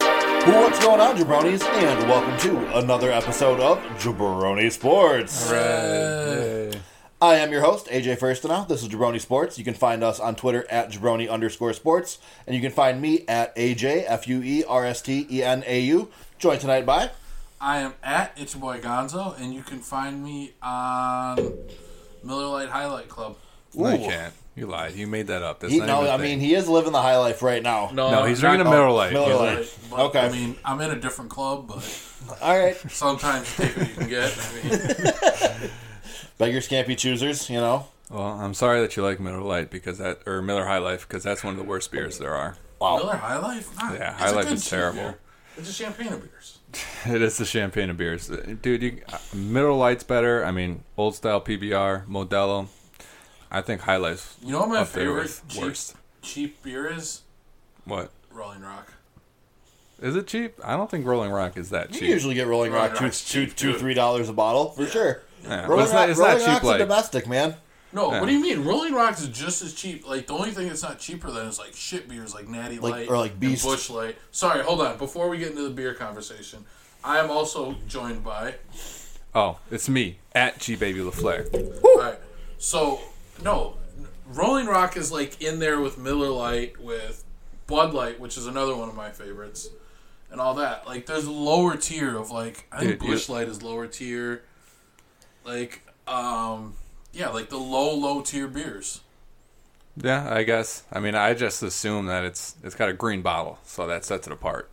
What's going on, jabronis? And welcome to another episode of Jabroni Sports. I am your host, AJ Firstenow. This is Jabroni Sports. You can find us on Twitter at jabroni underscore sports. And you can find me at AJ, F U E R S T E N A U. Joined tonight by. I am at It's Your Boy Gonzo, and you can find me on Miller Lite Highlight Club. No, you Ooh. can't. You lied. You made that up. That's He, not no, even a I thing. mean, he is living the high life right now. no, he's drinking a Miller Lite. Miller He's Lite. like, But, Okay. I mean, I'm in a different club, but All right. sometimes you take what you can get. I mean, Beggars can't be choosers, you know? Well, I'm sorry that you like Miller Lite because that or Miller High Life because that's one of the worst beers there are. Miller High Life? Nah, Oh. Yeah, it's High a Life good is cheap terrible. beer. It's a champagne of beers. It is the champagne of beers, dude. You, Miller Lite's better. I mean, old style PBR, Modelo. I think High Life's You know what my Up there favorite with cheap, worst. cheap beer is? what? Rolling Rock. Is it cheap? I don't think Rolling Rock is that You cheap. usually get Rolling Rock Rolling two, Rock's two, cheap, two, too. three dollars a bottle for sure. Yeah, but Rolling, it's not, Rock- it's not Rolling cheap Rock's a like domestic man. No, Yeah. what do you mean? Rolling Rock's is just as cheap. Like the only thing that's not cheaper than is like shit beers, like Natty Like- Light or, like, and Beast. Bush Light. Sorry, hold on. Before we get into the beer conversation, I am also joined by. Oh, it's me at G Baby LaFleur. All right, so no, Rolling Rock is like in there with Miller Light, with Bud Light, which is another one of my favorites, and all that. Like there's a lower tier of like I think Dude, you- Bush Light is lower tier. Like um yeah, like the low low tier beers. Yeah, I guess. I mean, I just assume that it's it's got a green bottle, so that sets it apart.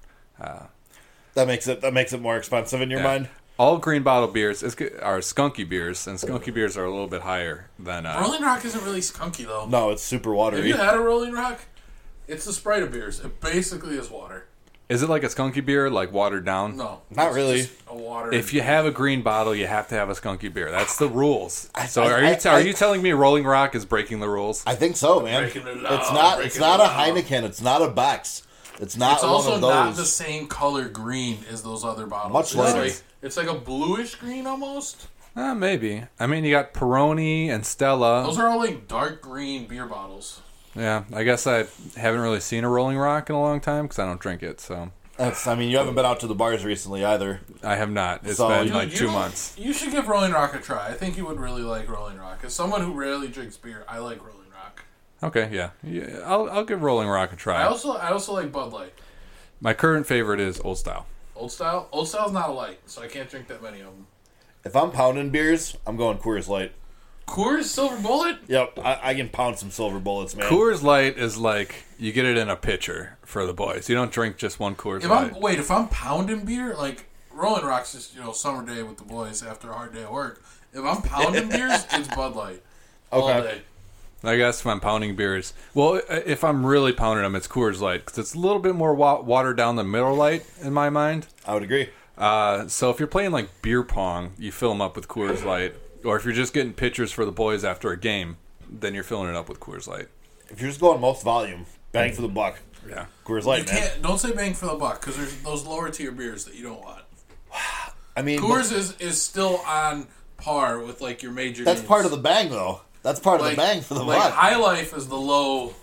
That makes it that makes it more expensive in your Yeah. mind. All green bottle beers is, are skunky beers, and skunky beers are a little bit higher than. Uh, Rolling Rock isn't really skunky though. No, it's super Have watery. you had a Rolling Rock? It's the Sprite of beers. It basically is water. Is it like a skunky beer, like watered down? No, Not it's really. just A water. If you have a green bottle, you have to have a skunky beer. That's the rules. So I- are you I- t- are I- you telling me Rolling Rock is breaking the rules? I think so, man. It's Breaking the law, not it's breaking not the a law. Heineken. It's not a Bex. It's not it's one also of not the those. same color green as those other bottles. Much it's lighter. Like, it's like a bluish green almost. Uh, maybe. I mean, you got Peroni and Stella. Those are all like dark green beer bottles. yeah, I guess I haven't really seen a Rolling Rock in a long time because I don't drink it. So That's, I mean, you haven't been out to the bars recently either. I have not. It's So- been Dude, like you two don't- months. You should give Rolling Rock a try. I think you would really like Rolling Rock. As someone who rarely drinks beer, I like Rolling Rock. Okay, yeah. yeah I'll, I'll give Rolling Rock a try. I also I also like Bud Light. My current favorite is Old Style. Old style. Old style's not a light, so I can't drink that many of them. If I'm pounding beers, I'm going Coors Light. Coors Silver Bullet. Yep, I, I can pound some silver bullets, man. Coors Light is like you get it in a pitcher for the boys. You don't drink just one Coors If Light. I'm wait, if I'm pounding beer, like Rolling Rocks, just you know, summer day with the boys after a hard day at work. If I'm pounding beers, it's Bud Light all Okay. day. I guess if I'm pounding beers, well, i- if I'm really pounding them, it's Coors Light because it's a little bit more wa- watered down than Miller Light in my mind. I would agree. Uh, so if you're playing like beer pong, you fill them up with Coors Light, or if you're just getting pitchers for the boys after a game, then you're filling it up with Coors Light. If you're just going most volume, bang for the buck. Yeah, Coors You Light, man. can't don't say bang for the buck because there's those lower tier beers that you don't want. I mean, Coors is is still on par with like your major. that's part of the bang, though. That's part of the bang for the like buck. High Life is the low,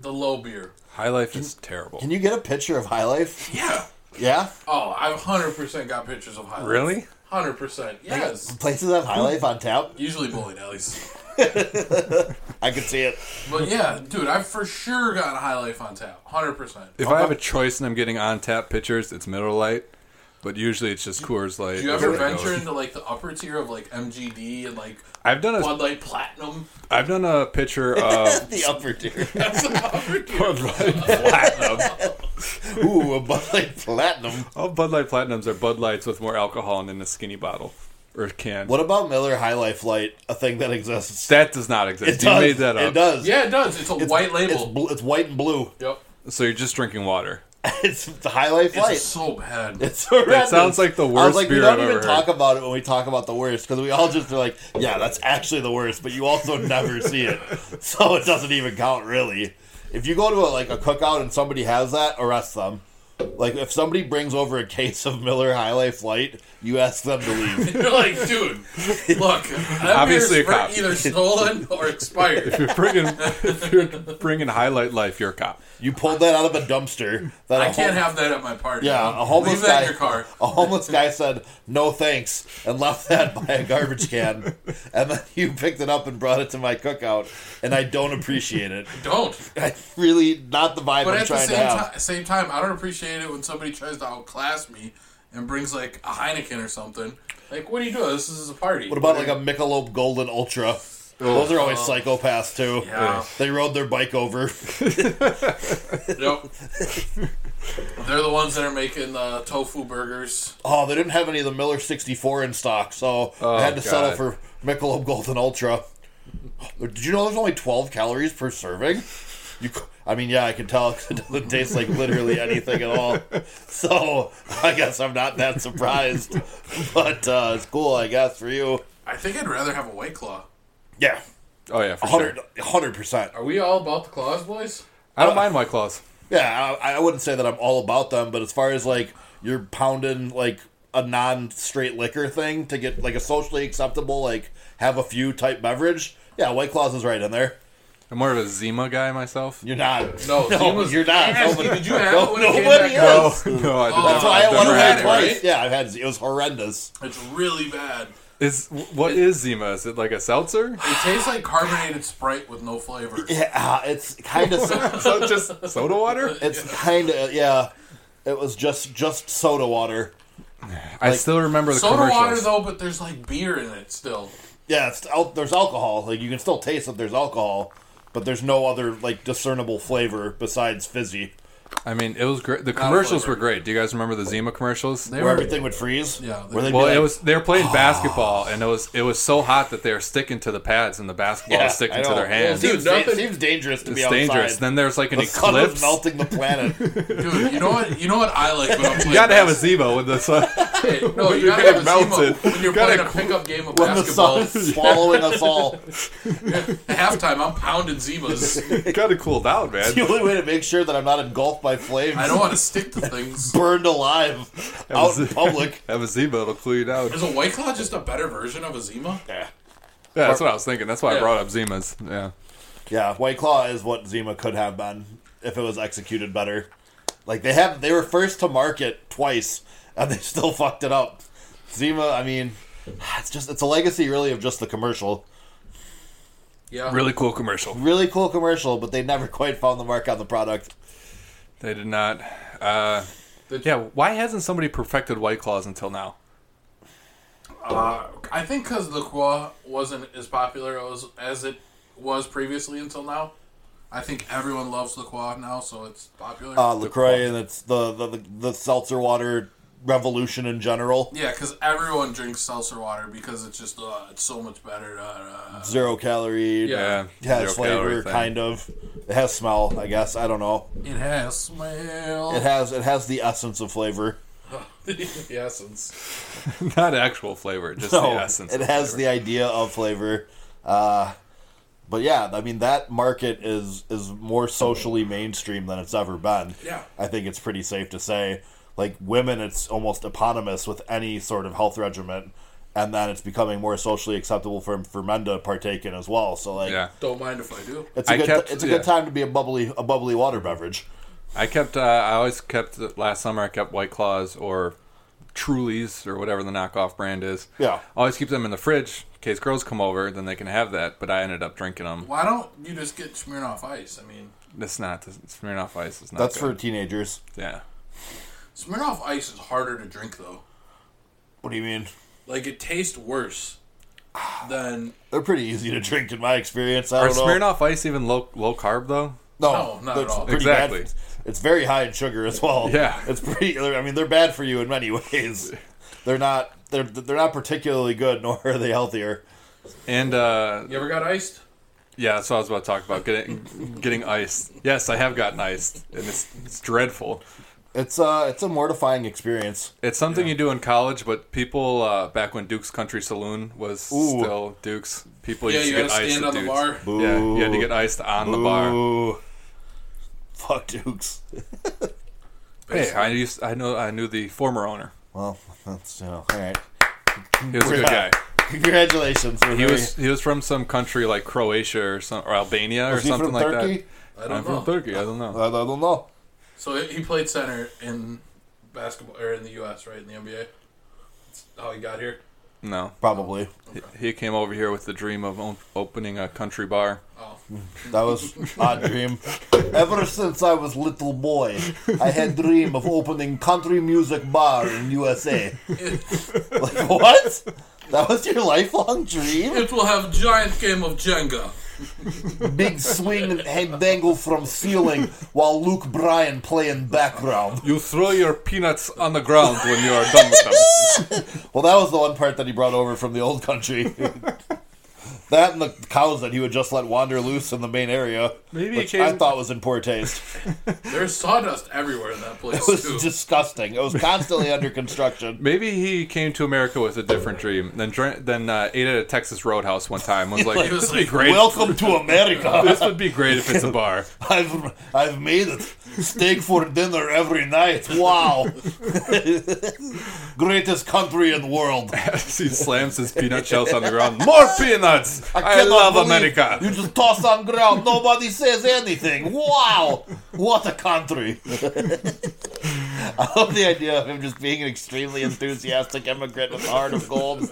the low beer. High Life is terrible. Can you get a picture of High Life? Yeah. Yeah. Oh, I've hundred percent got pictures of High Life. really? Hundred percent. Yes. Places have High Life on tap. Usually bowling alleys. I could see it. But yeah, dude, I've for sure gotten High Life on tap. Hundred percent. If I have a choice and I'm getting on tap pitchers, it's Miller Light, but usually it's just Coors Light. Do you ever That's what it venture goes. into like the upper tier of like MGD and like I've done a Bud Light Platinum? I've done a pitcher of The upper tier. That's the upper tier. Bud Light Platinum. Ooh, a Bud Light Platinum. All Bud Light Platinums are Bud Lights with more alcohol and in a skinny bottle or can. What about Miller High Life Light, a thing that exists? That does not exist. It you does. made that It up. does. Yeah, it does. It's a white It's, label. bl- it's white and blue. yep. So you're just drinking water. It's the High Life It's Light. so bad. It's horrendous. That sounds like the I was worst like, beer we don't I've even ever talk heard. about it when we talk about the worst because we all just are like, yeah, that's actually the worst, but you also never see it, so it doesn't even count really. If you go to a, like a cookout and somebody has that, arrest them. Like if somebody brings over a case of Miller High Life Light, you ask them to leave. You're like, dude, look, Obviously obviously a cop. either stolen or If expired. you're bringing, if you're bringing highlight life, you're a cop. You pulled that out of a dumpster. That I a can't hom- have that at my party. Yeah, a homeless Leave that guy. in your car. A homeless guy said no thanks and left that by a garbage can, and then you picked it up and brought it to my cookout, and I don't appreciate it. Don't. I really not the vibe But I'm at the trying to same, have. ti- same time, I don't appreciate it when somebody tries to outclass me and brings like a Heineken or something. Like, what are you doing? This is a party. What about like a Michelob Golden Ultra? Those are always psychopaths too. Oh, Yeah. They rode their bike over. Nope. They're the ones that are making the tofu burgers. Oh, they didn't have any of the Miller 64 in stock, so I had to God. settle for Michelob Golden Ultra. Did you know there's only 12 calories per serving? You, c- I mean, yeah, I can tell 'cause it doesn't taste like literally anything at all. So I guess I'm not that surprised, but uh, it's cool, I guess, for you. I think I'd rather have a white claw. Yeah, Oh yeah, for sure. 100 percent. Are we all about the claws, boys? I Uh, don't mind white claws. Yeah, I, I wouldn't say that I'm all about them, but as far as like you're pounding like a non-straight liquor thing to get like a socially acceptable like have a few type beverage, yeah, White Claws is right in there. I'm more of a Zima guy myself. You're not. No, Zima's- you're not. I asked you, Nobody- did you have no- it when it came nobody back out? is. Oh no, I did not. That's why I won I've never away had it, twice. right? Yeah, I've had it was horrendous. It's really bad. Is what is Zima? Is it like a seltzer? It tastes like carbonated Sprite with no flavor. Yeah, it's kind of so just soda water? it's kind of yeah. It was just just soda water. I still remember the Soda commercials. water though, but there's like beer in it still. Yeah, it's al- there's alcohol. Like you can still taste that there's alcohol, but there's no other like discernible flavor besides fizzy, I mean, it was great. The commercials flavor. were great. Do you guys remember the Zima commercials? They where were everything would freeze. Yeah, where they'd be well, like, it was they were Oh. playing basketball, and it was it was so hot that they were sticking to the pads, and the basketball Yeah, was I sticking to know. their hands. It Dude, seems, da- nothing- seems dangerous to be it's outside. dangerous. Then there's like an the sun was eclipse. melting the planet. dude. You know what? You know what I like when I'm playing. You gotta have a bas- Zima with the sun. Hey, no, you you're gotta have a Zima gonna melt it. when you're Gotta playing a pickup game of when the sun basketball. is swallowing us all. At halftime, I'm pounding Zimas. gotta cool down, The man. only way to make sure that I'm not engulfed by flames, I don't want to stick to things. burned alive out in was- public. Have a Zima, it'll cool you down. Is a White Claw just a better version of a Zima? Yeah. Yeah, that's what I was thinking. That's why I Yeah. brought up Zimas. Yeah. Yeah, White Claw is what Zima could have been if it was executed better. Like they have, they were first to market twice, and they still fucked it up. Zima, I mean, it's just it's a legacy really of just the commercial. Yeah. Really cool commercial. Really cool commercial, but they never quite found the mark on the product. They did not. Uh, The- yeah, why hasn't somebody perfected White Claws until now? Uh, I think because the Qua wasn't as popular as, as it was previously until now. I think everyone loves the Qua now, so it's popular. Uh, Lacroix and it's the the, the the seltzer water revolution in general. yeah, because everyone drinks seltzer water because it's just uh, it's so much better. Uh, uh, Zero calorie. Yeah. It has zero calorie flavor, thing. kind of. It has smell, I guess. I don't know. it has smell. Oh. It has it has the essence of flavor. the essence. Not actual flavor, just No, the essence. it of has flavor. the idea of flavor. Uh, but yeah, I mean that market is is more socially mainstream than it's ever been. Yeah. I think it's pretty safe to say, like women, it's almost eponymous with any sort of health regimen, and then it's becoming more socially acceptable for for men to partake in as well. So like, Yeah. Don't mind if I do. it's a I good kept- it's a yeah. good time to be a bubbly a bubbly water beverage. I kept. Uh, I always kept last summer. I kept White Claws or Trulies or whatever the knockoff brand is. Yeah. Always keep them in the fridge in case girls come over. Then they can have that. But I ended up drinking them. Why don't you just get Smirnoff Ice? I mean, It's not Smirnoff Ice. is not. That's for good. teenagers. yeah. Smirnoff Ice is harder to drink though. What do you mean? Like it tastes worse than They're pretty easy to drink in my experience. I Are don't know. Smirnoff Ice even low low carb though? No, No, not that's at all. pretty bad. Exactly. It's very high in sugar as well. Yeah. it's pretty. I mean, they're bad for you in many ways. They're not. They're they're not particularly good, nor are they healthier. And uh, you ever got iced. yeah, that's what I was about to talk about. Getting getting iced. Yes, I have gotten iced, and it's it's dreadful. It's uh, it's a mortifying experience. It's something you do in college, but people uh, back when Duke's Country Saloon was Ooh. still Duke's, people Yeah, used you to gotta get iced. stand at on the bar. Duke's. Boo. Yeah, you had to get iced on the bar. Boo. Fuck Dukes. Hey, I used I know I knew the former owner. Well, that's you know, all right. He was a good guy. Congratulations. He was he was from some country like Croatia or some or Albania or Was he something from like Turkey? I that. I'm don't from know. Turkey. I don't know. I, I don't know. So he he played center in basketball or in the U.S. right in the NBA. That's how he got here. No, Probably. He- he came over here with the dream of o- opening a country bar. Oh, Mm-hmm. That was my dream. Ever since I was little boy, I had dream of opening country music bar in USA. like what? That was your lifelong dream? it will have giant game of Jenga. Big swing and head dangle from ceiling while Luke Bryan playing background. You throw your peanuts on the ground when you are done with them. Well, that was the one part that he brought over from the old country. that and the cows that he would just let wander loose in the main area, Maybe which he came- I thought was in poor taste. There's sawdust everywhere in that place It was too. disgusting. It was constantly under construction. Maybe he came to America with a different dream, then drank, then uh, ate at a Texas Roadhouse one time. Was like, Like, this would be like, great. Welcome to America. this would be great if it's a bar. I've I've made it. Steak for dinner every night. Wow. Greatest country in the world. As he slams his peanut shells on the ground. More peanuts! I, cannot love believe America. You just toss on ground. Nobody says anything. Wow. What a country. I love the idea of him just being an extremely enthusiastic immigrant with a heart of gold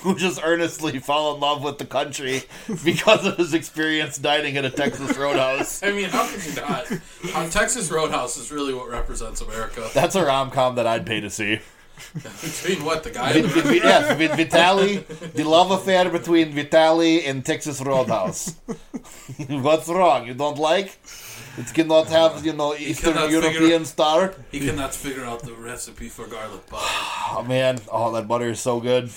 who just earnestly fell in love with the country because of his experience dining at a Texas roadhouse. I mean, how could you not? Uh, Texas Roadhouse is really what represents America. That's a rom com that I'd pay to see. Between what the guy Vi- and the vi- vi- yes, with Vitali, the love affair between Vitali and Texas Roadhouse. What's wrong? You don't like? It cannot have you know Eastern cannot figure- European star. He cannot figure out the recipe for garlic butter. Oh man, oh that butter is so good.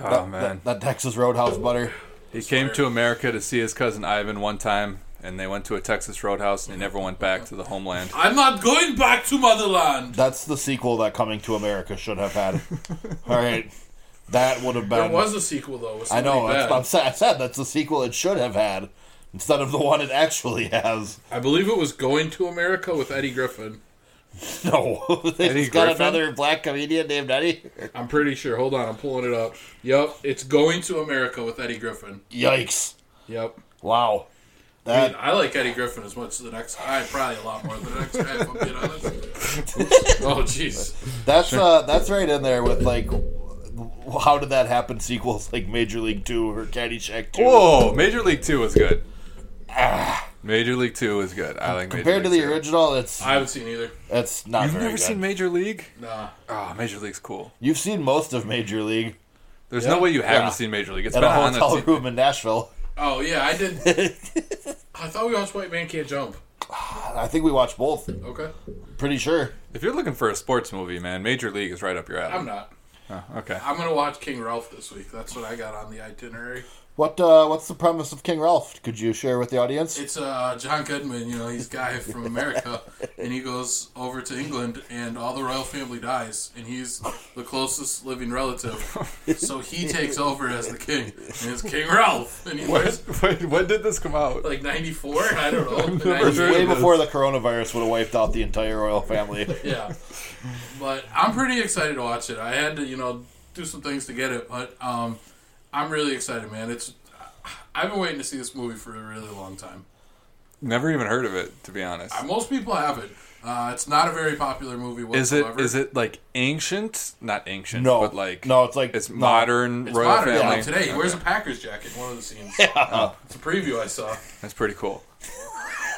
Oh, man. That Texas Roadhouse butter. He came to America to see his cousin Ivan one time, and they went to a Texas Roadhouse, and he never went back to the homeland. I'm not going back to motherland. That's the sequel that Coming to America should have had. All right, that would have There been. was a sequel though. With I know. somebody That's, bad. I'm sa- I said that's the sequel it should have had instead of the one it actually has. I believe it was Going to America with Eddie Griffin. No, they Eddie just got Griffin? another black comedian named Eddie. I'm pretty sure. Hold on, I'm pulling it up. Yep, it's Going to America with Eddie Griffin. Yikes! Yep. Wow. I That, mean, I like Eddie Griffin as much as the next guy, probably a lot more than the next guy, if I'm being honest. oh, jeez. that's uh, that's right in there with like, w- how did that happen? Sequels like Major League Two or Caddyshack Two. Whoa! Major League Two was good. Major League Two was good. I like Compared Major to the League Two. original, it's I haven't seen either. it's not You've very never good. seen Major League? Nah. Oh, Major League's cool. You've seen most of Major League There's no way you haven't Yeah. seen Major League. It's at been a on the hotel t- room in Nashville. Oh, yeah, I did. I thought we watched White Man Can't Jump. I think we watched both. Okay. Pretty sure. If you're looking for a sports movie, man, Major League is right up your alley. I'm not. Oh, okay. I'm going to watch King Ralph this week. That's what I got on the itinerary. What uh, what's the premise of King Ralph? Could you share with the audience? It's uh, John Goodman, you know, he's a guy from America, and he goes over to England, and all the royal family dies, and he's the closest living relative. So he takes over as the king, and it's King Ralph, and he wears Wait, when did this come out? like 94, I don't know. never heard 98. Way it is. before the coronavirus would have wiped out the entire royal family. yeah. But I'm pretty excited to watch it. I had to, you know, do some things to get it, but um, I'm really excited, man. It's I've been waiting to see this movie for a really long time. Never even heard of it, to be honest. Most people haven't. Uh, it's not a very popular movie Is it whatsoever. is it like ancient? Not ancient, No, but like no, it's like it's no. modern It's royal modern yeah, family. today. He Okay. wears a Packers jacket in one of the scenes. Oh, It's a preview I saw. That's pretty cool.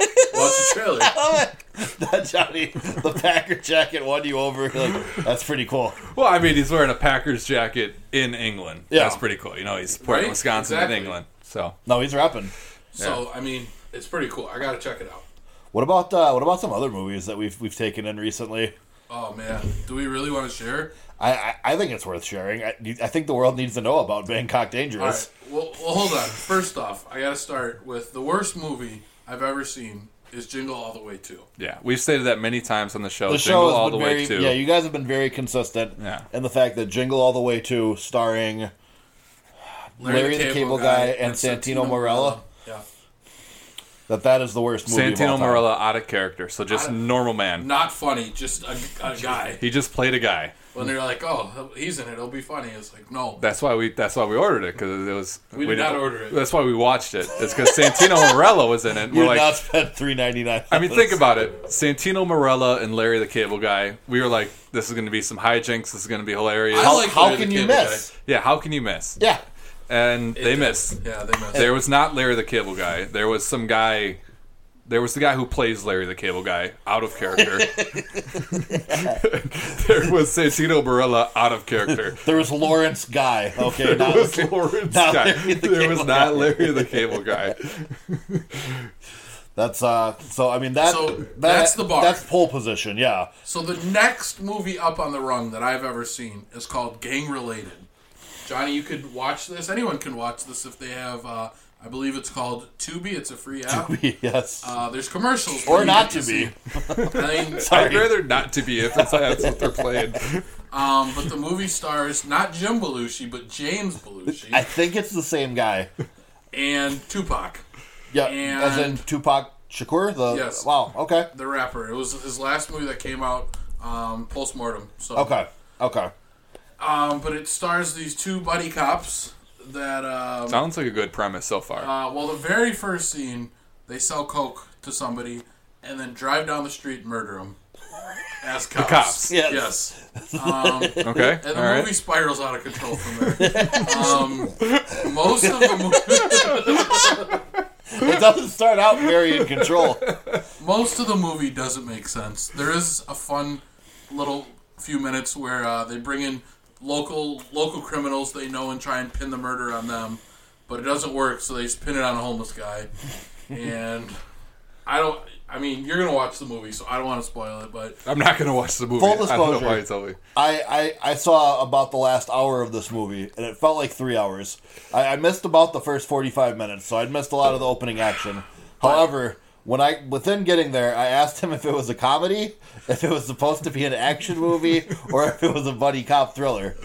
Watch the trailer. that Johnny, the Packer jacket won you over. Like, that's pretty cool. Well, I mean, he's wearing a Packers jacket in England. Yeah. that's pretty cool. You know, he's supporting Right? Wisconsin Exactly. in England. So No, he's rapping. So I mean, it's pretty cool. I gotta check it out. What about uh, what about some other movies that we've we've taken in recently? Oh man, do we really want to share? I I, I think it's worth sharing. I, I think the world needs to know about Bangkok All Dangerous. right. Well, well, hold on. First off, I gotta start with the worst movie I've ever seen is Jingle All the Way Two. yeah, we've stated that many times on the show. The Jingle show has all been the very way to yeah. You guys have been very consistent Yeah. in the fact that Jingle All the Way to starring Larry the Cable Guy and Santino Marella. Yeah. that that is the worst movie of all Santino time. Marella out of character, so just Out of- normal man. Not funny, just a, a guy. He just played a guy. When they're like, "Oh, he's in it. It'll be funny." It's like, no, That's why we. That's why we ordered it because it was. We did not didn't- order it. That's why we watched it. It's because Santino Marella was in it. You We're did like, not spend three ninety nine. I mean, think about it. Santino Marella and Larry the Cable Guy. We were like, this is going to be some hijinks. This is going to be hilarious. I How, like how Larry the can you Cable miss? yeah, how can you miss? Yeah, And they It- missed. Yeah, they missed. There was not Larry the Cable Guy. There was some guy. There was the guy who plays Larry the Cable Guy out of character. there was Santino Marella out of character. there was Lawrence Guy. Okay, not, There was Lawrence not Guy. Larry the there was Cable not Guy. Larry the Cable Guy. that's uh. So I mean that, So, that that's the bar. That's pole position. Yeah, So the next movie up on the rung that I've ever seen is called Gang Related. Johnny, you could watch this. Anyone can watch this if they have. Uh, I believe it's called Tubi. It's a free app. yes. Uh, there's commercials. or you not can to be. see. I mean, I'd rather not to be if it's, that's what they're playing. um, but the movie stars not Jim Belushi but James I Belushi think it's the same guy. and Tupac, Yeah, And- as in Tupac Shakur. The Yes. wow. Okay. the rapper. It was his last movie that came out um, post mortem. So Okay. Okay. Um, but it stars these two buddy cops that. Um, Sounds like a good premise so far. Uh, well, the very first scene, they sell coke to somebody and then drive down the street and murder them. As cops. cops. Yes. Yes. Um, and okay, all the right. movie spirals out of control from there. Um, most of the movie, It doesn't start out very in control. most of the movie doesn't make sense. There is a fun little few minutes where uh, they bring in local local criminals they know and try and pin the murder on them, but it doesn't work. So they just pin it on a homeless guy, and I don't. I mean, you're gonna watch the movie, so I don't want to spoil it, but I'm not going to watch the movie. Full I don't disclosure. know why it's always. I, I I saw about the last hour of this movie, and it felt like three hours. I, I missed about the first forty five minutes, so I'd missed a lot of the opening action. However, when I within getting there, I asked him if it was a comedy, if it was supposed to be an action movie, or if it was a buddy cop thriller.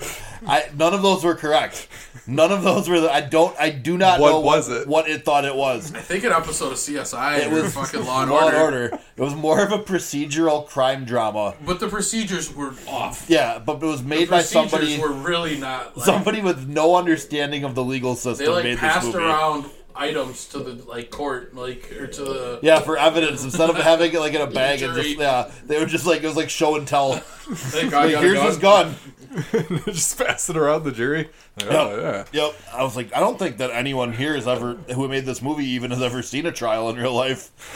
I none of those were correct. None of those were. The, I don't. I do not What know was it? What it thought it was. I think an episode of CSI It or was fucking Law and Law Order. It was more of a procedural crime drama. But the procedures were off. Yeah, but it was made by Procedures somebody were really not. Like, somebody with no understanding of the legal system they like made passed this movie. around items to the like court, like or to the Yeah, for evidence instead of having it like in a bag and Jury. just yeah, they were just like it was like show and tell. Thank God, I Like, got a here's gun. his gun. just passing around the jury. Like, oh, yeah. Yep. I was like, I don't think that anyone here has ever who made this movie even has ever seen a trial in real life.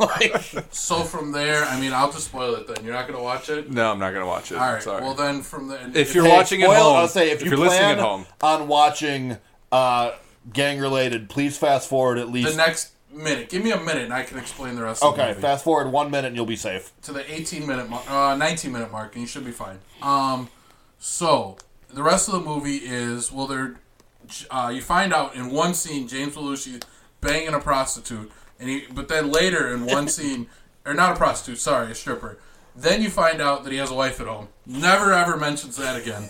like, So from there, I mean, I'll just spoil it then. You're not gonna watch it. No, I'm not going to watch it. All right. Sorry. Well, then from the If you're hey, watching at spoil- home, I'll say if, if you you're listening plan at home. on watching uh, gang related, please fast forward at the least. next minute, give me a minute, and I can explain the rest. Okay, of the movie. fast forward one minute and you'll be safe. to the 18 minute, mark, uh, 19 minute mark, and you should be fine. Um, so the rest of the movie is well, they're uh, you find out in one scene James Belushi banging a prostitute, and he but then later in one scene, or not a prostitute, sorry, a stripper. Then you find out that he has a wife at home. Never ever mentions that again.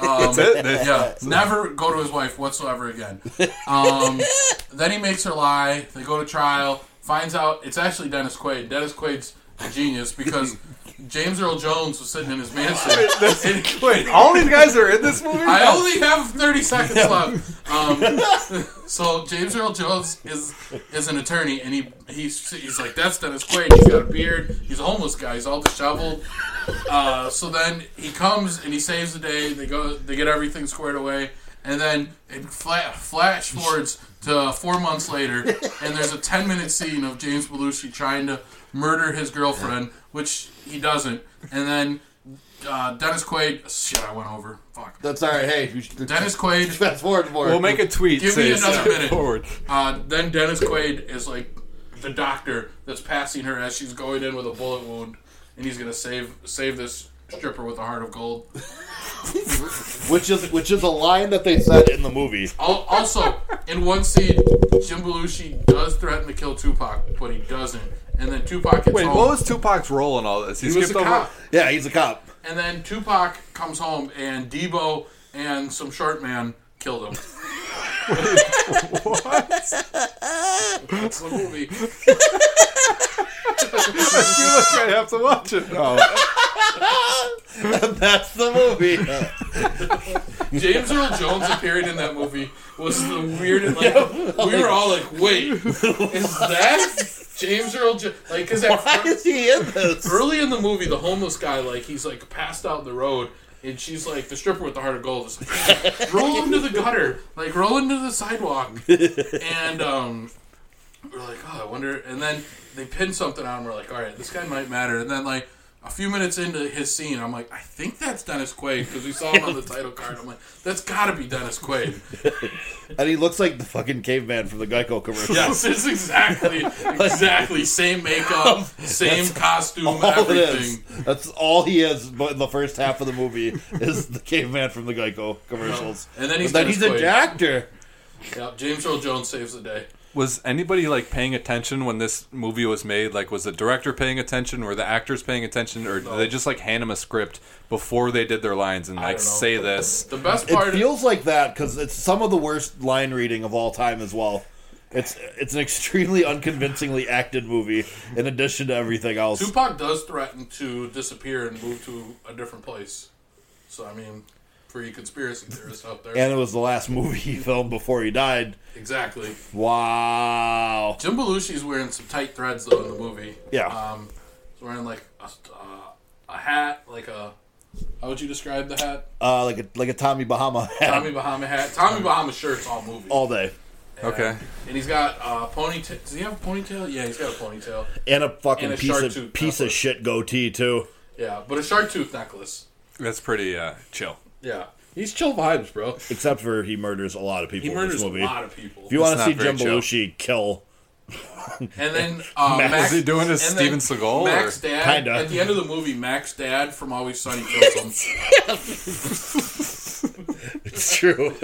Um, it? That's- yeah, never go to his wife whatsoever again. Um, then he makes her lie. They go to trial. Finds out it's actually Dennis Quaid. Dennis Quaid's a genius because James Earl Jones was sitting in his mansion. And- Wait, all these guys are in this movie? I only have 30 seconds left. Um, so James Earl Jones is is an attorney, and he he's, he's like that's Dennis Quaid. He's got a beard. He's a homeless guy. He's all disheveled. Uh, so then he comes and he saves the day. They go. They get everything squared away, and then it fla- flash forwards to four months later, and there's a 10 minute scene of James Belushi trying to murder his girlfriend, which he doesn't, and then. Uh, Dennis Quaid. Shit, I went over. Fuck. That's all right. Hey, you should, Dennis Quaid. fast forward more. We'll make a tweet. Give me say, another "Step minute." Forward. Uh, then Dennis Quaid is like the doctor that's passing her as she's going in with a bullet wound, and he's gonna save save this stripper with a heart of gold. which is which is a line that they said in the movie. Al- Also, in one scene, Jim Belushi does threaten to kill Tupac, but he doesn't. And then Tupac gets Wait, home, what was Tupac's role in all this? He, He was a skipped over. cop. Yeah, he's a cop. and then Tupac comes home, and Debo and some short man killed him. It's the movie. I feel like I have to watch it now. That's the movie. James Earl Jones appearing in that movie was the weirdest. Like, we were all like, "Wait, is that James Earl Jones?" Like, because Why is he in this? early in the movie, the homeless guy, like, he's like passed out in the road, and she's like, the stripper with the heart of gold is like, roll into the gutter, like, roll into the sidewalk. and um, we're like, oh, I wonder. And then they pin something on him. We're like, all right, this guy might matter. And then, like, a few minutes into his scene, I'm like, I think that's Dennis Quaid because we saw him on the title card. I'm like, that's got to be Dennis Quaid. And he looks like the fucking caveman from the Geico commercial. Yes, it's exactly, exactly same makeup, same costume, all it everything. is. That's all he is. But in the first half of the movie is the caveman from the Geico commercials. And then he's but then Dennis he's a Quaid. actor. Yep, James Earl Jones saves the day. Was anybody like paying attention when this movie was made? Like, was the director paying attention? Were the actors paying attention, or did they just like hand him a script before they did their lines and like don't know. say this? The best It part, feels like that because it's some of the worst line reading of all time as well. It's it's an extremely unconvincingly acted movie. In addition to everything else, Tupac does threaten to disappear and move to a different place. So I mean, for you conspiracy theorists out there, and it was the last movie he filmed before he died. exactly. Wow. Jim Belushi's wearing some tight threads though in the movie. Yeah. um, he's wearing like a, uh, a hat, like a how would you describe the hat? Uh, like a like a Tommy Bahama hat Tommy Bahama hat. Tommy Bahama shirts all movie. all day, Okay, And he's got a ponytail. Does he have a ponytail? Yeah, he's got a ponytail. and a fucking And a piece shark of tooth piece of necklace. shit goatee too. Yeah, but a shark tooth necklace. that's pretty uh, chill. Yeah, he's chill vibes, bro. Except for he murders a lot of people. He in murders this a movie. lot of people. If you want to That's see not very Jim chill. Belushi kill, And then uh, Max- Max Is he doing his and then Steven Seagal? Max Or? Dad Kinda. at the end of the movie, Max Dad from Always Sunny kills him. it's true.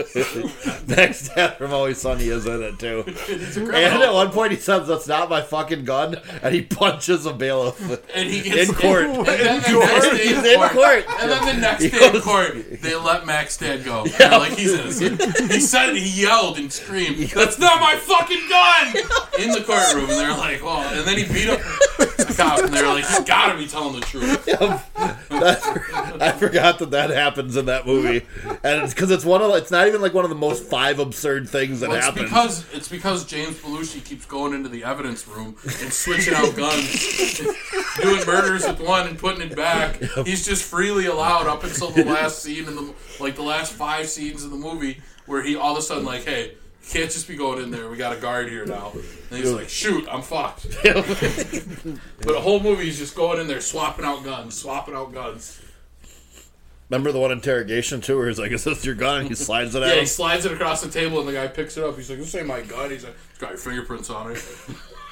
Next dad from Always Sunny is in it too. He's a And at criminal, one point he says, "That's not my fucking gun," and he punches a bailiff. and he gets in court. And then the In court. next day He's in in court. court. And then the next He day in goes- court, they let Max Dad go. They're Like he's innocent. He said it, he yelled and screamed. That's not my fucking gun in the courtroom. And they're like, oh. And then he beat up the cop, and they're like, he's got to be telling the truth. I forgot that that happens in that movie, and it's because it's one of the- it's not even like one of the most five absurd things that Well, it's happens. because it's because James Belushi keeps going into the evidence room and switching out guns, doing murders with one and putting it back. He's just freely allowed up until the last scene in the like the last five scenes in the movie where he all of a sudden like, hey, you can't just be going in there. We got a guard here now. And he's like, shoot, I'm fucked. but the whole movie is just going in there swapping out guns, swapping out guns. Remember the one interrogation too, where he's like, "Is this your gun?" And he slides it at Yeah, he him. slides it across the table and the guy picks it up. He's like, this ain't my gun. He's like, it's got your fingerprints on it.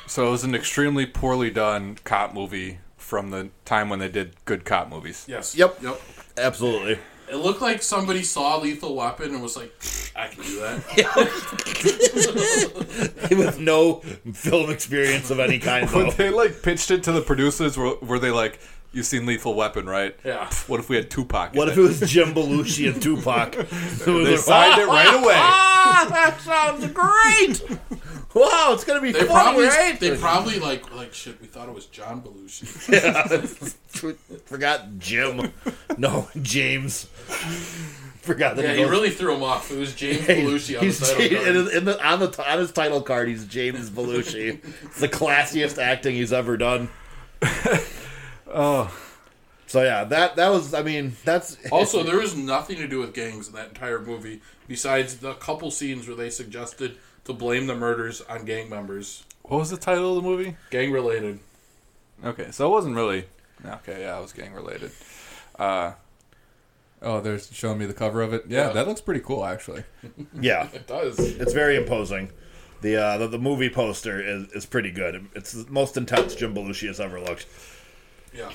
So it was an extremely poorly done cop movie from the time when they did good cop movies. Yes. Yep. Yep. Absolutely. It looked like somebody saw Lethal Weapon and was like, I can do that. With no film experience of any kind, though. When they like pitched it to the producers, were, were they like, "You've seen Lethal Weapon, right? Yeah. Pff, What if we had Tupac? in What if it was Jim Belushi and Tupac? They signed it right away. Ah, that sounds great! Wow, it's gonna be They fun, probably, right? they probably like, like shit. We thought it was John Belushi. Forgot Jim. No, James. Forgot that Yeah, he he goes- really threw him off. It was James Belushi on He's the title. James- card. in his- in the- on the t- on his title card. He's James Belushi. it's the classiest acting he's ever done. oh, so yeah, that that was. I mean, that's Also, there was nothing to do with gangs in that entire movie besides the couple scenes where they suggested to blame the murders on gang members, What was the title of the movie? gang related. Okay, so it wasn't really. Okay, yeah, it was gang related. Uh, oh, they're showing me the cover of it. Yeah, Yeah. that looks pretty cool, actually. yeah. It does. It's very imposing. The, uh, the the movie poster is, is pretty good. It's the most intense Jim Belushi has ever looked. Yeah.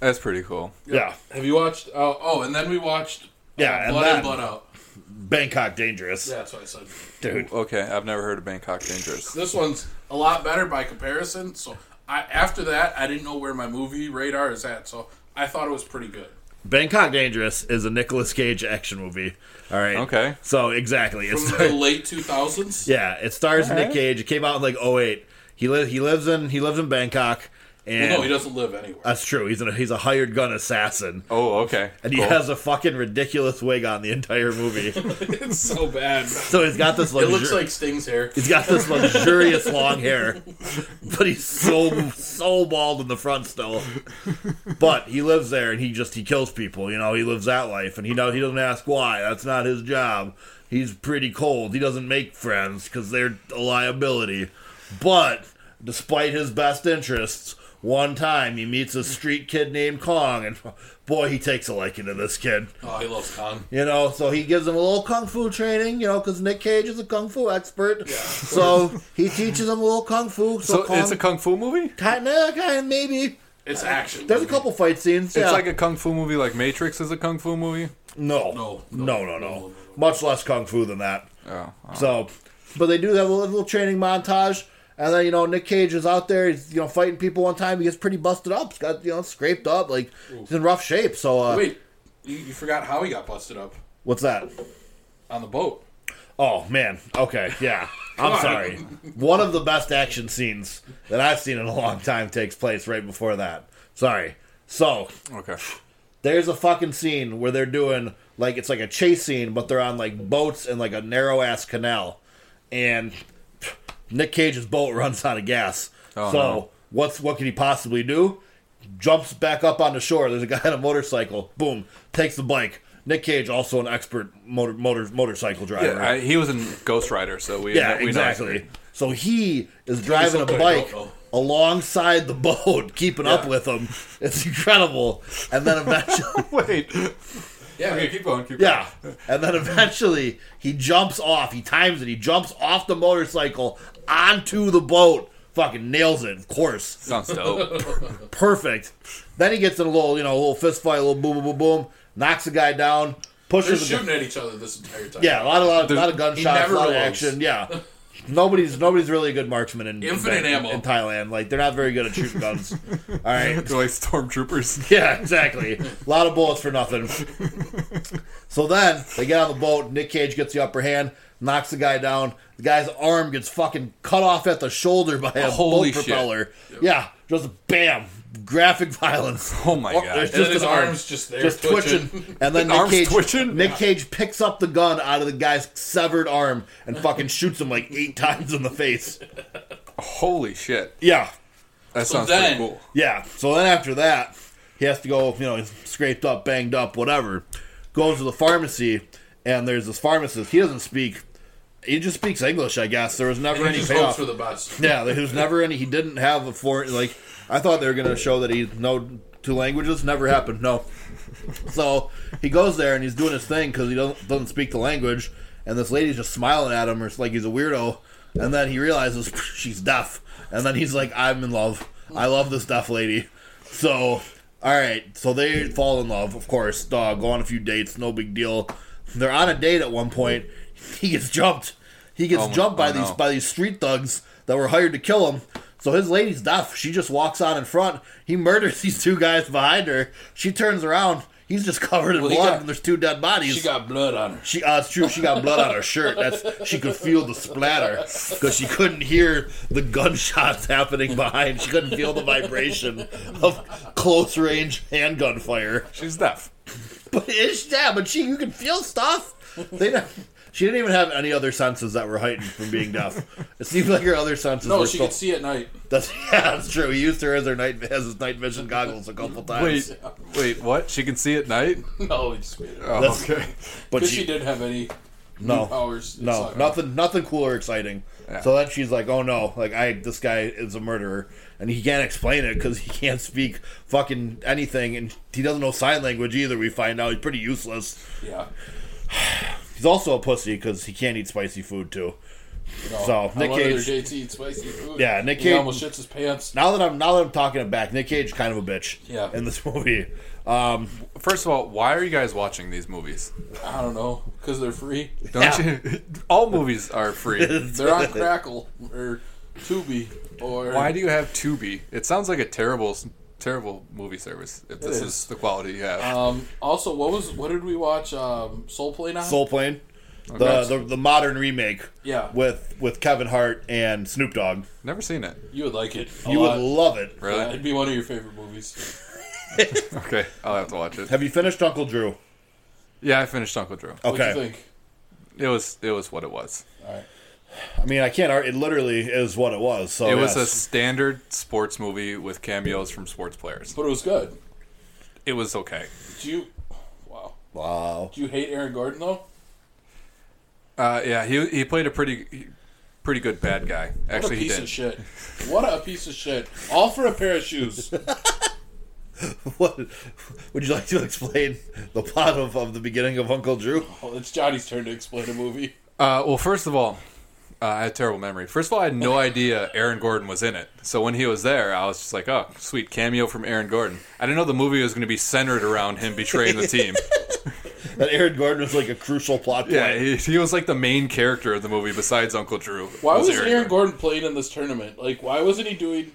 That's pretty cool. Yeah, Have you watched? Uh, oh, and then we watched. uh, Yeah, and Blood then- and Blood Out. Bangkok Dangerous, Yeah, that's what I said. dude. Okay, I've never heard of Bangkok Dangerous. This one's a lot better by comparison. So I, after that, I didn't know where my movie radar is at. So I thought it was pretty good. Bangkok Dangerous is a Nicolas Cage action movie. All right. Okay. So exactly, it From the stars- late 2000s? yeah, it stars All Nick right. Cage. It came out in like 08. He li- he lives in he lives in Bangkok, and Well, no, he doesn't live anywhere. that's true. He's an, he's a hired gun assassin, Oh, okay. and he Cool. has a fucking ridiculous wig on the entire movie. it's so bad. so he's got this. It Luxur- looks like Sting's hair. He's got this luxurious long hair, but he's so so bald in the front still. But he lives there, and he just he kills people. You know, he lives that life, and he know he doesn't ask why. That's not his job. He's pretty cold. He doesn't make friends because they're a liability. But despite his best interests, one time he meets a street kid named Kong, and boy, he takes a liking to this kid. Oh, he loves Kong. You know, so he gives him a little kung fu training, you know, because Nick Cage is a kung fu expert. so he teaches him a little kung fu. So, So it's a kung fu movie. kind of, kind of, maybe. It's action. Uh, There's a movie. couple fight scenes. yeah. It's like a kung fu movie, like Matrix is a kung fu movie. no, No, no, no, no, no, no, no. Much less kung fu than that. Oh, So, but they do have a little training montage, and then you know Nick Cage is out there, he's you know fighting people one time. He gets pretty busted up, he's got you know scraped up, like he's in rough shape. So, uh, Wait, you, you forgot how he got busted up what's that? on the boat. Oh man. Okay. Yeah. Come I'm on. sorry. One of the best action scenes that I've seen in a long time takes place right before that. Sorry. So oh, okay. there's a fucking scene where they're doing like it's like a chase scene, but they're on like boats in like a narrow ass canal, and Nick Cage's boat runs out of gas. Oh, so no. what's what could he possibly do? Jumps back up on the shore. There's a guy on a motorcycle. Boom! Takes the bike. Nick Cage, also an expert motor, motor motorcycle driver. Yeah, I, he was in Ghost Rider, so we Yeah, we know- exactly. So he is driving a something I bike don't know. alongside the boat, keeping up Yeah. with him. It's incredible. And then eventually, Wait. Yeah, Okay, keep going. Keep yeah. And then eventually, he jumps off. He times it. He jumps off the motorcycle onto the boat. Fucking nails it. Of course, Sounds dope. perfect. Then he gets in a little, you know, a little fist fight. A little boom, boom, boom, boom. Knocks the guy down. They're Pushes. him. shooting at each other this entire time. yeah, a lot of, lot of, lot of He gunshots, a never lot of loads. action. Yeah. Nobody's nobody's really a good marksman in, in Infinite Bang- ammo. in Thailand. Like they're not very good at shooting guns. All right. They're like stormtroopers. Yeah, exactly. A lot of bullets for nothing. so then they get on the boat. Nick Cage gets the upper hand, knocks the guy down. The guy's arm gets fucking cut off at the shoulder by a Holy boat shit. propeller. Yeah, just bam, graphic violence. Oh my Oh, god. there's And just then his an arm. arm's just there. just twitching, and then The Nick arm's Cage, twitching? Nick Cage picks up the gun out of the guy's severed arm and fucking shoots him like eight times in the face. Holy shit. Yeah, That So sounds then- pretty cool. yeah. So then after that, he has to go. You know, he's scraped up, banged up, whatever. Goes to the pharmacy, and there's this pharmacist. He doesn't speak. He just speaks English, I guess. There was never And he any just payoff. hopes for the best. Yeah, there was never any. He didn't have a foreign. Like I thought they were gonna show that he know two languages. Never happened. No. So he goes there and he's doing his thing because he doesn't doesn't speak the language, and this lady's just smiling at him or it's like he's a weirdo, and then he realizes she's deaf, and then he's like, "I'm in love. I love this deaf lady." So all right, so they fall in love, of course. Duh, go on a few dates, no big deal. They're on a date at one point. He gets jumped. He gets Oh my- jumped by oh these no. by these street thugs that were hired to kill him. So his lady's deaf. She just walks on in front. He murders these two guys behind her. She turns around. He's just covered in Well, he blood, got- and there's two dead bodies. She got blood on her. She, uh, it's true. She got blood on her shirt. That's she could feel the splatter because she couldn't hear the gunshots happening behind. She couldn't feel the vibration of close range handgun fire. She's deaf. But it's yeah, but she you can feel stuff. They don't, she didn't even have any other senses that were heightened from being deaf. It seemed like her other senses No, were she so. could see at night. That's yeah, that's true. He used her as her night as his night vision goggles a couple times. Wait, wait, what? She can see at night? No, he just made it. Oh, That's- okay. but Because she she, didn't oh, have any no. powers. It No, sucked. nothing, nothing cool or exciting. Yeah. So then she's like, "Oh no, like I, this guy is a murderer, and he can't explain it because he can't speak fucking anything, and he doesn't know sign language either. We find out he's pretty useless. Yeah. He's also a pussy because he can't eat spicy food too. No. So, On Nick one of their Cage- dates, he eats spicy food. Yeah, Nick he Cage- almost shits his pants. Now that I'm, now that I'm talking it back, Nick Cage kind of a bitch. Yeah. in this movie, um, First of all, why are you guys watching these movies? I don't know. Because they're free. Don't Yeah. you? All movies are free. They're on Crackle or Tubi or Why do you have Tubi? It sounds like a terrible s- terrible movie service if this is. is. the quality you have. Um, also, what was what did we watch? Um, Soul Plane on. Soul Plane, the, Okay. the the modern remake. Yeah. with with Kevin Hart and Snoop Dogg. Never seen it. you would like it. a You lot. would love it. Really? Yeah, it'd be one of your favorite movies. Okay, I'll have to watch it. Have you finished Uncle Drew? Yeah, I finished Uncle Drew. What do you Okay. think? It was it was what it was. All right. I mean, I can't. ar- It literally is what it was. So Oh, it was a yes. standard sports movie with cameos from sports players. But it was good. It was okay. Do you? Wow. wow. Do you hate Aaron Gordon though? Uh, yeah, he he played a pretty pretty good bad guy. What a Actually, he piece did. of shit. What a piece of shit. All for a pair of shoes. What would you like to explain the plot of, of the beginning of Uncle Drew? Well, it's Johnny's turn to explain a movie. Uh, well, first of all, uh, I had terrible memory. First of all, I had no idea Aaron Gordon was in it. So when he was there, I was just like, "Oh, sweet cameo from Aaron Gordon." I didn't know the movie was going to be centered around him betraying the team. That Aaron Gordon was like a crucial plot point. yeah, he, he was like the main character of the movie besides Uncle Drew. Why was Aaron Gordon playing in this tournament? Like, why wasn't he doing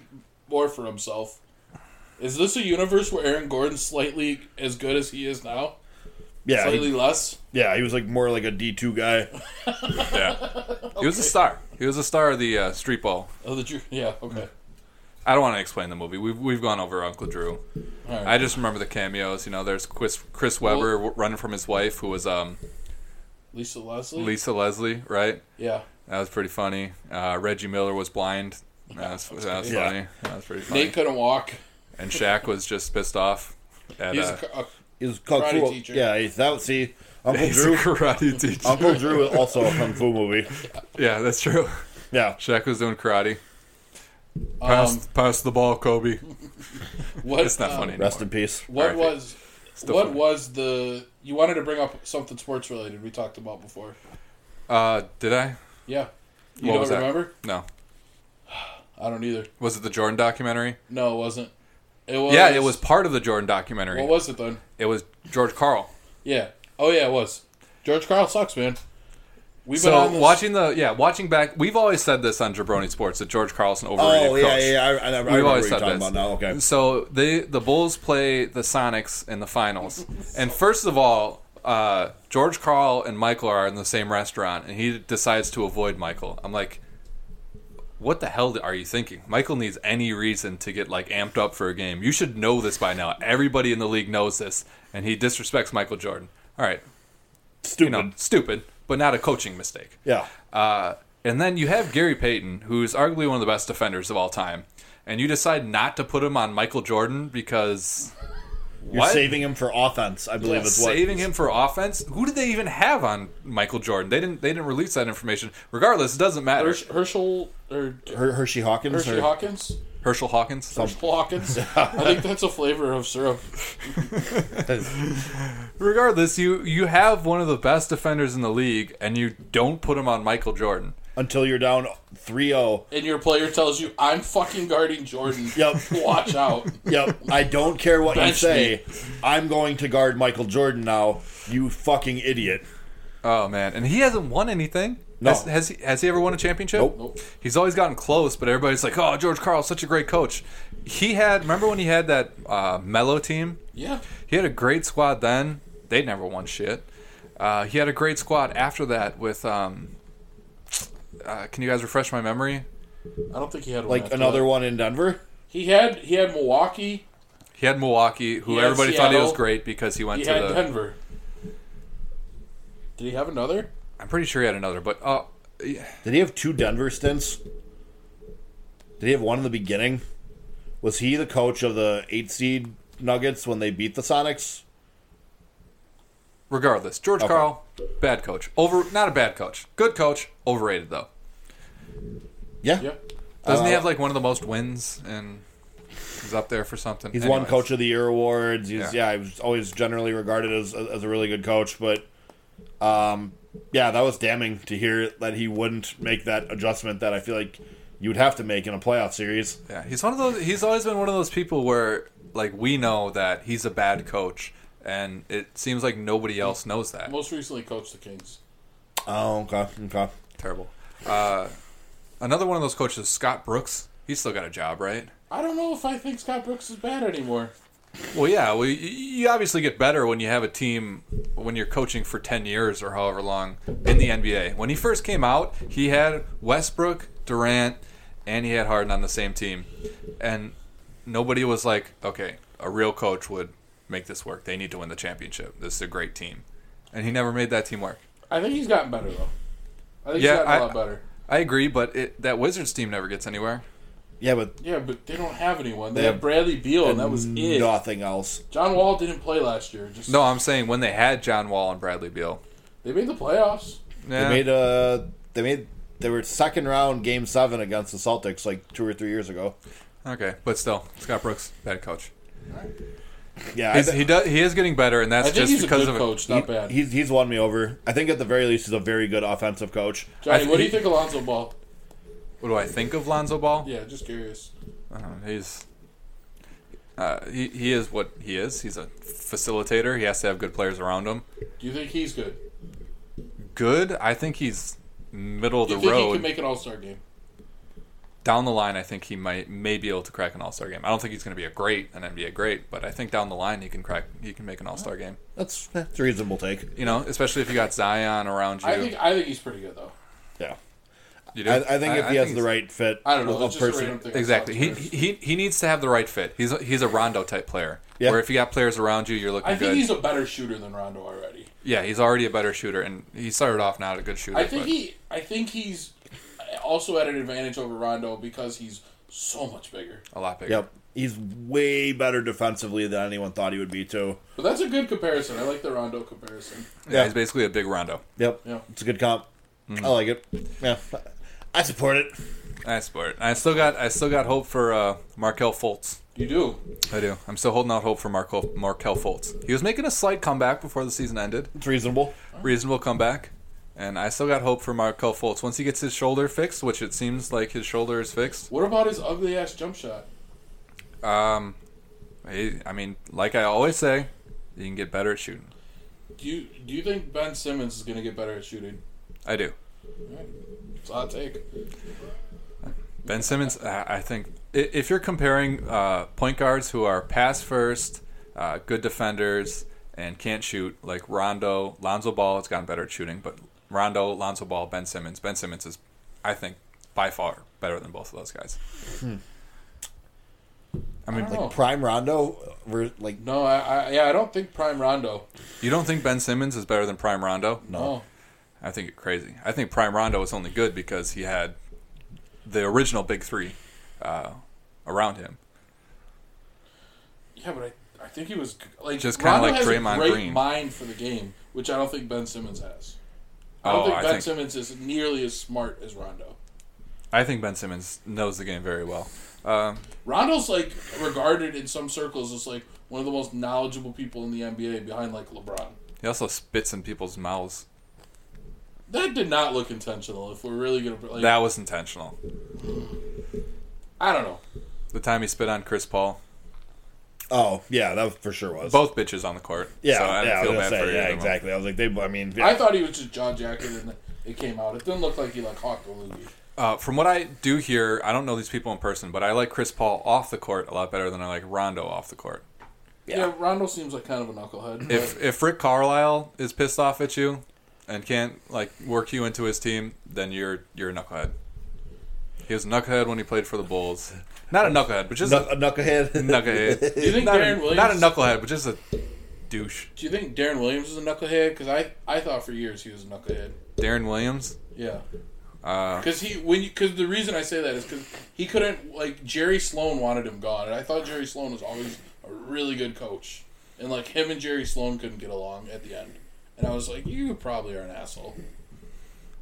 more for himself? Is this a universe where Aaron Gordon's slightly as good as he is now? yeah, Slightly he, less? yeah. He was like more like a D two guy. Yeah, he was a star. He was a star of the uh, street ball. Oh, the Drew. Yeah, okay. I don't want to explain the movie. We've we've gone over Uncle Drew. All right. I just remember the cameos. You know, there's Chris Chris Webber w- running from his wife, who was um, Lisa Leslie? Lisa Leslie, right? Yeah. That was pretty funny. Uh, Reggie Miller was blind. That was, that was Yeah. funny. That was pretty funny. Nate couldn't walk. And Shaq was just pissed off at He's uh, a, ca- a- He was called Karate cruel. teacher. Yeah, he, that was see Uncle he's a Drew. karate teacher. Uncle Drew was also a kung fu movie. yeah, that's true. Yeah, Shaq was doing karate. Pass, um, pass the ball, Kobe. what, It's not um, funny anymore. rest in peace. What RIP. was Still what funny. was the you wanted to bring up something sports related we talked about before? Uh, did I? Yeah, you What don't was that? remember? No. I don't either. Was it the Jordan documentary? No, it wasn't. It was. yeah, it was part of the Jordan documentary. What was it then? it was George Carl. Yeah. Oh yeah, it was. George Carl sucks, man. We've been So on this, watching the yeah, watching back, we've always said this on Jabroni Sports that George Carlson overrated Oh coach. yeah, yeah, yeah. I, I, I remember what always you're talking said this. about now. Okay, So they the Bulls play the Sonics in the finals, and first of all, uh, George Carl and Michael are in the same restaurant, and he decides to avoid Michael. I'm like, what the hell are you thinking? Michael needs any reason to get like amped up for a game. You should know this by now. Everybody in the league knows this, and he disrespects Michael Jordan. All right, you stupid. know, stupid, but not a coaching mistake. Yeah, Uh, and then you have Gary Payton, who's arguably one of the best defenders of all time, and you decide not to put him on Michael Jordan because you're what? saving him for offense. I believe is what. saving him for offense. Who did they even have on Michael Jordan? They didn't. They didn't release that information. Regardless, it doesn't matter. Hersh, Herschel or Her- Hershey Hawkins. Hershey or- Hawkins. Herschel Hawkins. Herschel Hawkins. I think that's a flavor of syrup. Regardless, you you have one of the best defenders in the league, and you don't put him on Michael Jordan. until you're down oh. 3-0. And your player tells you, "I'm fucking guarding Jordan. Yep. Watch out." Yep, I don't care what you Bench say. I'm going to guard Michael Jordan now. You fucking idiot. Oh man, and he hasn't won anything. No. Has, has he? Has he ever won a championship? Nope. Nope. He's always gotten close, but everybody's like, "Oh, George Carl's such a great coach." He had. Remember when he had that uh, Mello team? Yeah. He had a great squad then. They never won shit. Uh, he had a great squad after that with. Um, uh, can you guys refresh my memory? I don't think he had one Like after another that. one in Denver. He had he had Milwaukee. He had Milwaukee, who He had everybody thought he was Seattle. great because he went He to had the. Denver. Did he have another? I'm pretty sure he had another, but uh, Did he have two Denver stints? Did he have one in the beginning? Was he the coach of the eight seed Nuggets when they beat the Sonics? regardless, George Okay. Carl, bad coach. Over, not a bad coach. Good coach, overrated though. Yeah, Yeah. Doesn't he Uh, have like one of the most wins and he's up there for something? he's won Anyways. Coach of the Year awards. He's yeah, Yeah. he was always generally regarded as as a really good coach, but um, yeah, that was damning to hear that he wouldn't make that adjustment that I feel like you would have to make in a playoff series. Yeah, he's one of those. He's always been one of those people where like we know that he's a bad coach, and it seems like nobody else knows that. Most recently coached the Kings. Oh, okay, okay. Terrible. Uh, another one of those coaches, Scott Brooks. He's still got a job, right? I don't know if I think Scott Brooks is bad anymore. Well, yeah. Well, y- you obviously get better when you have a team when you're coaching for ten years or however long in the NBA. When he first came out, he had Westbrook, Durant, and he had Harden on the same team, and nobody was like, "Okay, a real coach would make this work. They need to win the championship. This is a great team," and he never made that team work. I think he's gotten better though. I think Yeah, he's gotten a I- lot better. I agree, but it, that Wizards team never gets anywhere. Yeah, but Yeah, but they don't have anyone. They, They have Bradley Beal, and that was it. nothing else. John Wall didn't play last year. Just No, I'm saying when they had John Wall and Bradley Beal, Eh, they made the playoffs. Yeah. They made a they made they were second round game seven against the Celtics like two or three years ago. okay, but still, Scott Brooks, bad coach. Yeah, I He's, th- he does. He is getting better, and I that's think just he's a because good of coach, not bad. he's he's won me over. I think at the very least he's a very good offensive coach. Johnny, I think what do you he- think of Lonzo Ball? What do I think of Lonzo Ball? Yeah, just curious. Uh, he's uh, he he is what he is. He's a facilitator. He has to have good players around him. Do you think he's good? Good. I think he's middle of Do the you think he road. can make an All Star game? down the line, I think he might may be able to crack an All Star game. I don't think he's going to be a great an NBA great, but I think down the line he can crack. He can make an All Star game. That's that's a reasonable take. You know, especially if you got Zion around you. I think I think he's pretty good though. Yeah, You do? I, I think if he has the he's- right fit, I don't know. of That's just a random thing I saw Exactly. on He, Twitter. he he needs to have the right fit. He's a, he's a Rondo type player. Yeah. Where if you got players around you, you're looking I think good. he's a better shooter than Rondo already. yeah, he's already a better shooter, and he started off not a good shooter. I think but- he I think he's also at an advantage over Rondo because he's so much bigger. a lot bigger. Yep, he's way better defensively than anyone thought he would be too. But that's a good comparison. I like the Rondo comparison. Yeah, Yeah. he's basically a big Rondo. Yep, Yeah. Mm-hmm. it's a good comp. I like it. Yeah, I support it. I support. I still got I still got hope for uh, Markel Fultz. You do. I do. I'm still holding out hope for Markel Markel Fultz. He was making a slight comeback before the season ended. It's reasonable. Reasonable comeback. And I still got hope for Markel Fultz. Once he gets his shoulder fixed, which it seems like his shoulder is fixed, What about his ugly ass jump shot? Um, I I mean, like I always say, you can get better at shooting. Do you do you think Ben Simmons is gonna get better at shooting? I do. It's a hot take. Ben Simmons, I I think i- if you're comparing uh, point guards who are pass first, uh, good defenders, and can't shoot, like Rondo, Lonzo Ball has gotten better at shooting, but Rondo, Lonzo Ball, Ben Simmons, Ben Simmons is, I think, by far better than both of those guys. I I mean, don't Like know. prime Rondo, we like No, I, I yeah, I don't think prime Rondo. you don't think Ben Simmons is better than Prime Rondo? No. I think it's crazy. I think Prime Rondo was only good because he had the original big three uh, around him. Yeah, but I, I think he was g- like Just kinda Rondo like has Draymond a great Green. mind for the game, which I don't think Ben Simmons has. I don't Oh, think I Ben think- Simmons is nearly as smart as Rondo. I think Ben Simmons knows the game very well. Um, Rondo's like regarded in some circles as like one of the most knowledgeable people in the NBA behind like LeBron. he also spits in people's mouths. That did not look intentional. If we're really gonna like, That was intentional. I don't know. The time he spit on Chris Paul, oh yeah, that for sure was. both bitches on the court. yeah, so I don't yeah, feel I was bad gonna for say, yeah, either one. exactly. I was like, they. I mean, yeah. I thought he was just jaw jacking and then it came out. It didn't look like he like hawked a loogie. Uh, from what I do here, I don't know these people in person, but I like Chris Paul off the court a lot better than I like Rondo off the court. Yeah. Rondo seems like kind of a knucklehead. If if Rick Carlisle is pissed off at you and can't like work you into his team, then you're you're a knucklehead. He was a knucklehead when he played for the Bulls. Not a knucklehead, but just Knuck- a a knucklehead. knucklehead. you think not, Darren a, Williams- not a knucklehead, but just a douche. do you think Darren Williams is a knucklehead? Because I I thought for years he was a knucklehead. Darren Williams. Yeah. Uh, Because he when you because the reason I say that is because he couldn't like Jerry Sloan wanted him gone, and I thought Jerry Sloan was always a really good coach, and like him and Jerry Sloan couldn't get along at the end, and I was like, you probably are an asshole.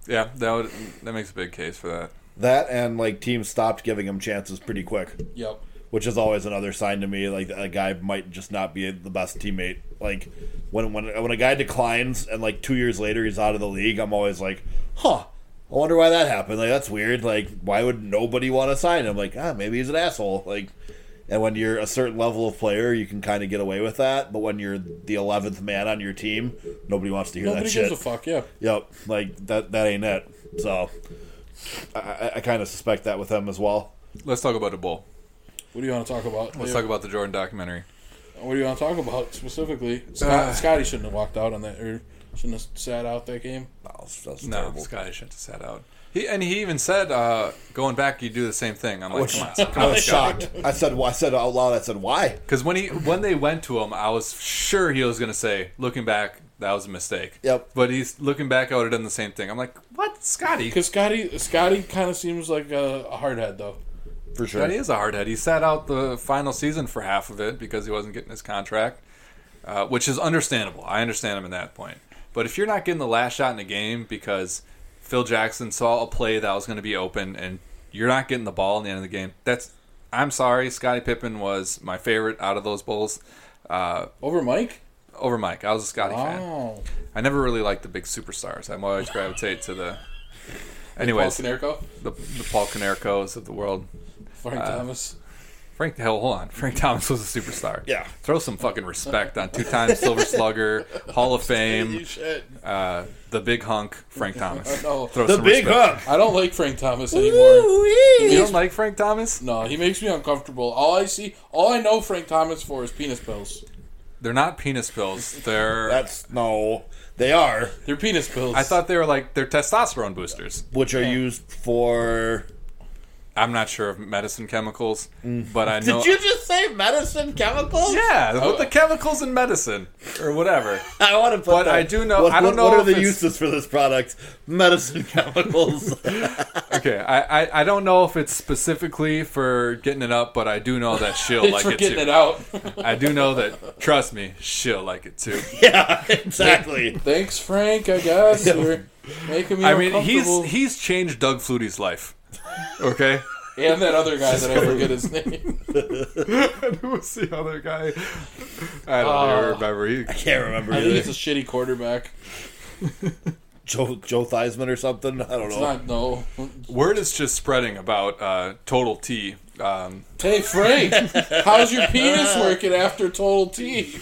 yeah, that would, that makes a big case for that. That and like teams stopped giving him chances pretty quick, Yep. which is always another sign to me like that a guy might just not be the best teammate. Like when when when a guy declines and like two years later he's out of the league, I'm always like, huh. I wonder why that happened. Like that's weird. Like why would nobody want to sign him? Like ah, maybe he's an asshole. Like. And when you're a certain level of player, you can kind of get away with that. But when you're the eleventh man on your team, nobody wants to hear Nobody that gives shit. a fuck. Yeah. Yep, like that that ain't it. So I, I, I kind of suspect that with them as well. Let's talk about the Bull. What do you want to talk about? Let's talk about the Jordan documentary. What do you want to talk about specifically? Ah. Scott, Scotty shouldn't have walked out on that, or shouldn't have sat out that game. That was, that was No, terrible. Scotty shouldn't have sat out. He and he even said, uh, going back, you do the same thing. I'm like, Which come on, I was shocked. I said, I said out loud, I said, why? because when he when they went to him, I was sure he was going to say, looking back, that was a mistake. Yep. But he's looking back, I would have done the same thing. I'm like, what, Scotty? Because Scotty, Scotty kind of seems like a, a hard head though. For sure. Scotty is a hardhead. He sat out the final season for half of it because he wasn't getting his contract, uh, which is understandable. I understand him at that point. But if you're not getting the last shot in a game because Phil Jackson saw a play that was going to be open and you're not getting the ball in the end of the game, that's I'm sorry. Scottie Pippen was my favorite out of those Bulls. Uh, Over Mike. over Mike, I was a Scotty Oh, fan. Wow. I never really liked the big superstars. I'm always gravitate to the. Anyways, Paul Konerko, the, the Paul Canercos of the world. Frank Uh, Thomas. Frank, hell, hold on. Frank Thomas was a superstar. Yeah. Throw some fucking respect on two time Silver Slugger, Hall of Fame, shit. uh, the big hunk, Frank Thomas. No. Throw The some big respect. hug. I don't like Frank Thomas anymore. You don't like Frank Thomas? No, he makes me uncomfortable. All I see, all I know Frank Thomas for is penis pills. They're not penis pills. They're. That's no. They are, They're penis pills. I thought they were like they're testosterone boosters. which are used for. I'm not sure of medicine chemicals, Mm. but I know. just say medicine chemicals? yeah, Oh. with the chemicals in medicine or whatever. I want to put. But that- I do know- What, I don't what- know What are if the it's- uses for this product? Medicine chemicals. Okay, I, I I don't know if it's specifically for getting it up, but I do know that she'll it's like for it getting too. it out. I do know that. Trust me, she'll like it too. yeah, exactly. Thanks, Frank. I guess you're making me I mean, uncomfortable. he's he's changed Doug Flutie's life. Okay, and that other guy that I forget his name. who's the other guy? I don't Oh. even remember. He, Can't remember I think either. it's a shitty quarterback. Joe Joe Theismann or something. I don't It's know. not no. word is just spreading about uh, Total T. Um, Hey Frank, how's your penis working after Total T?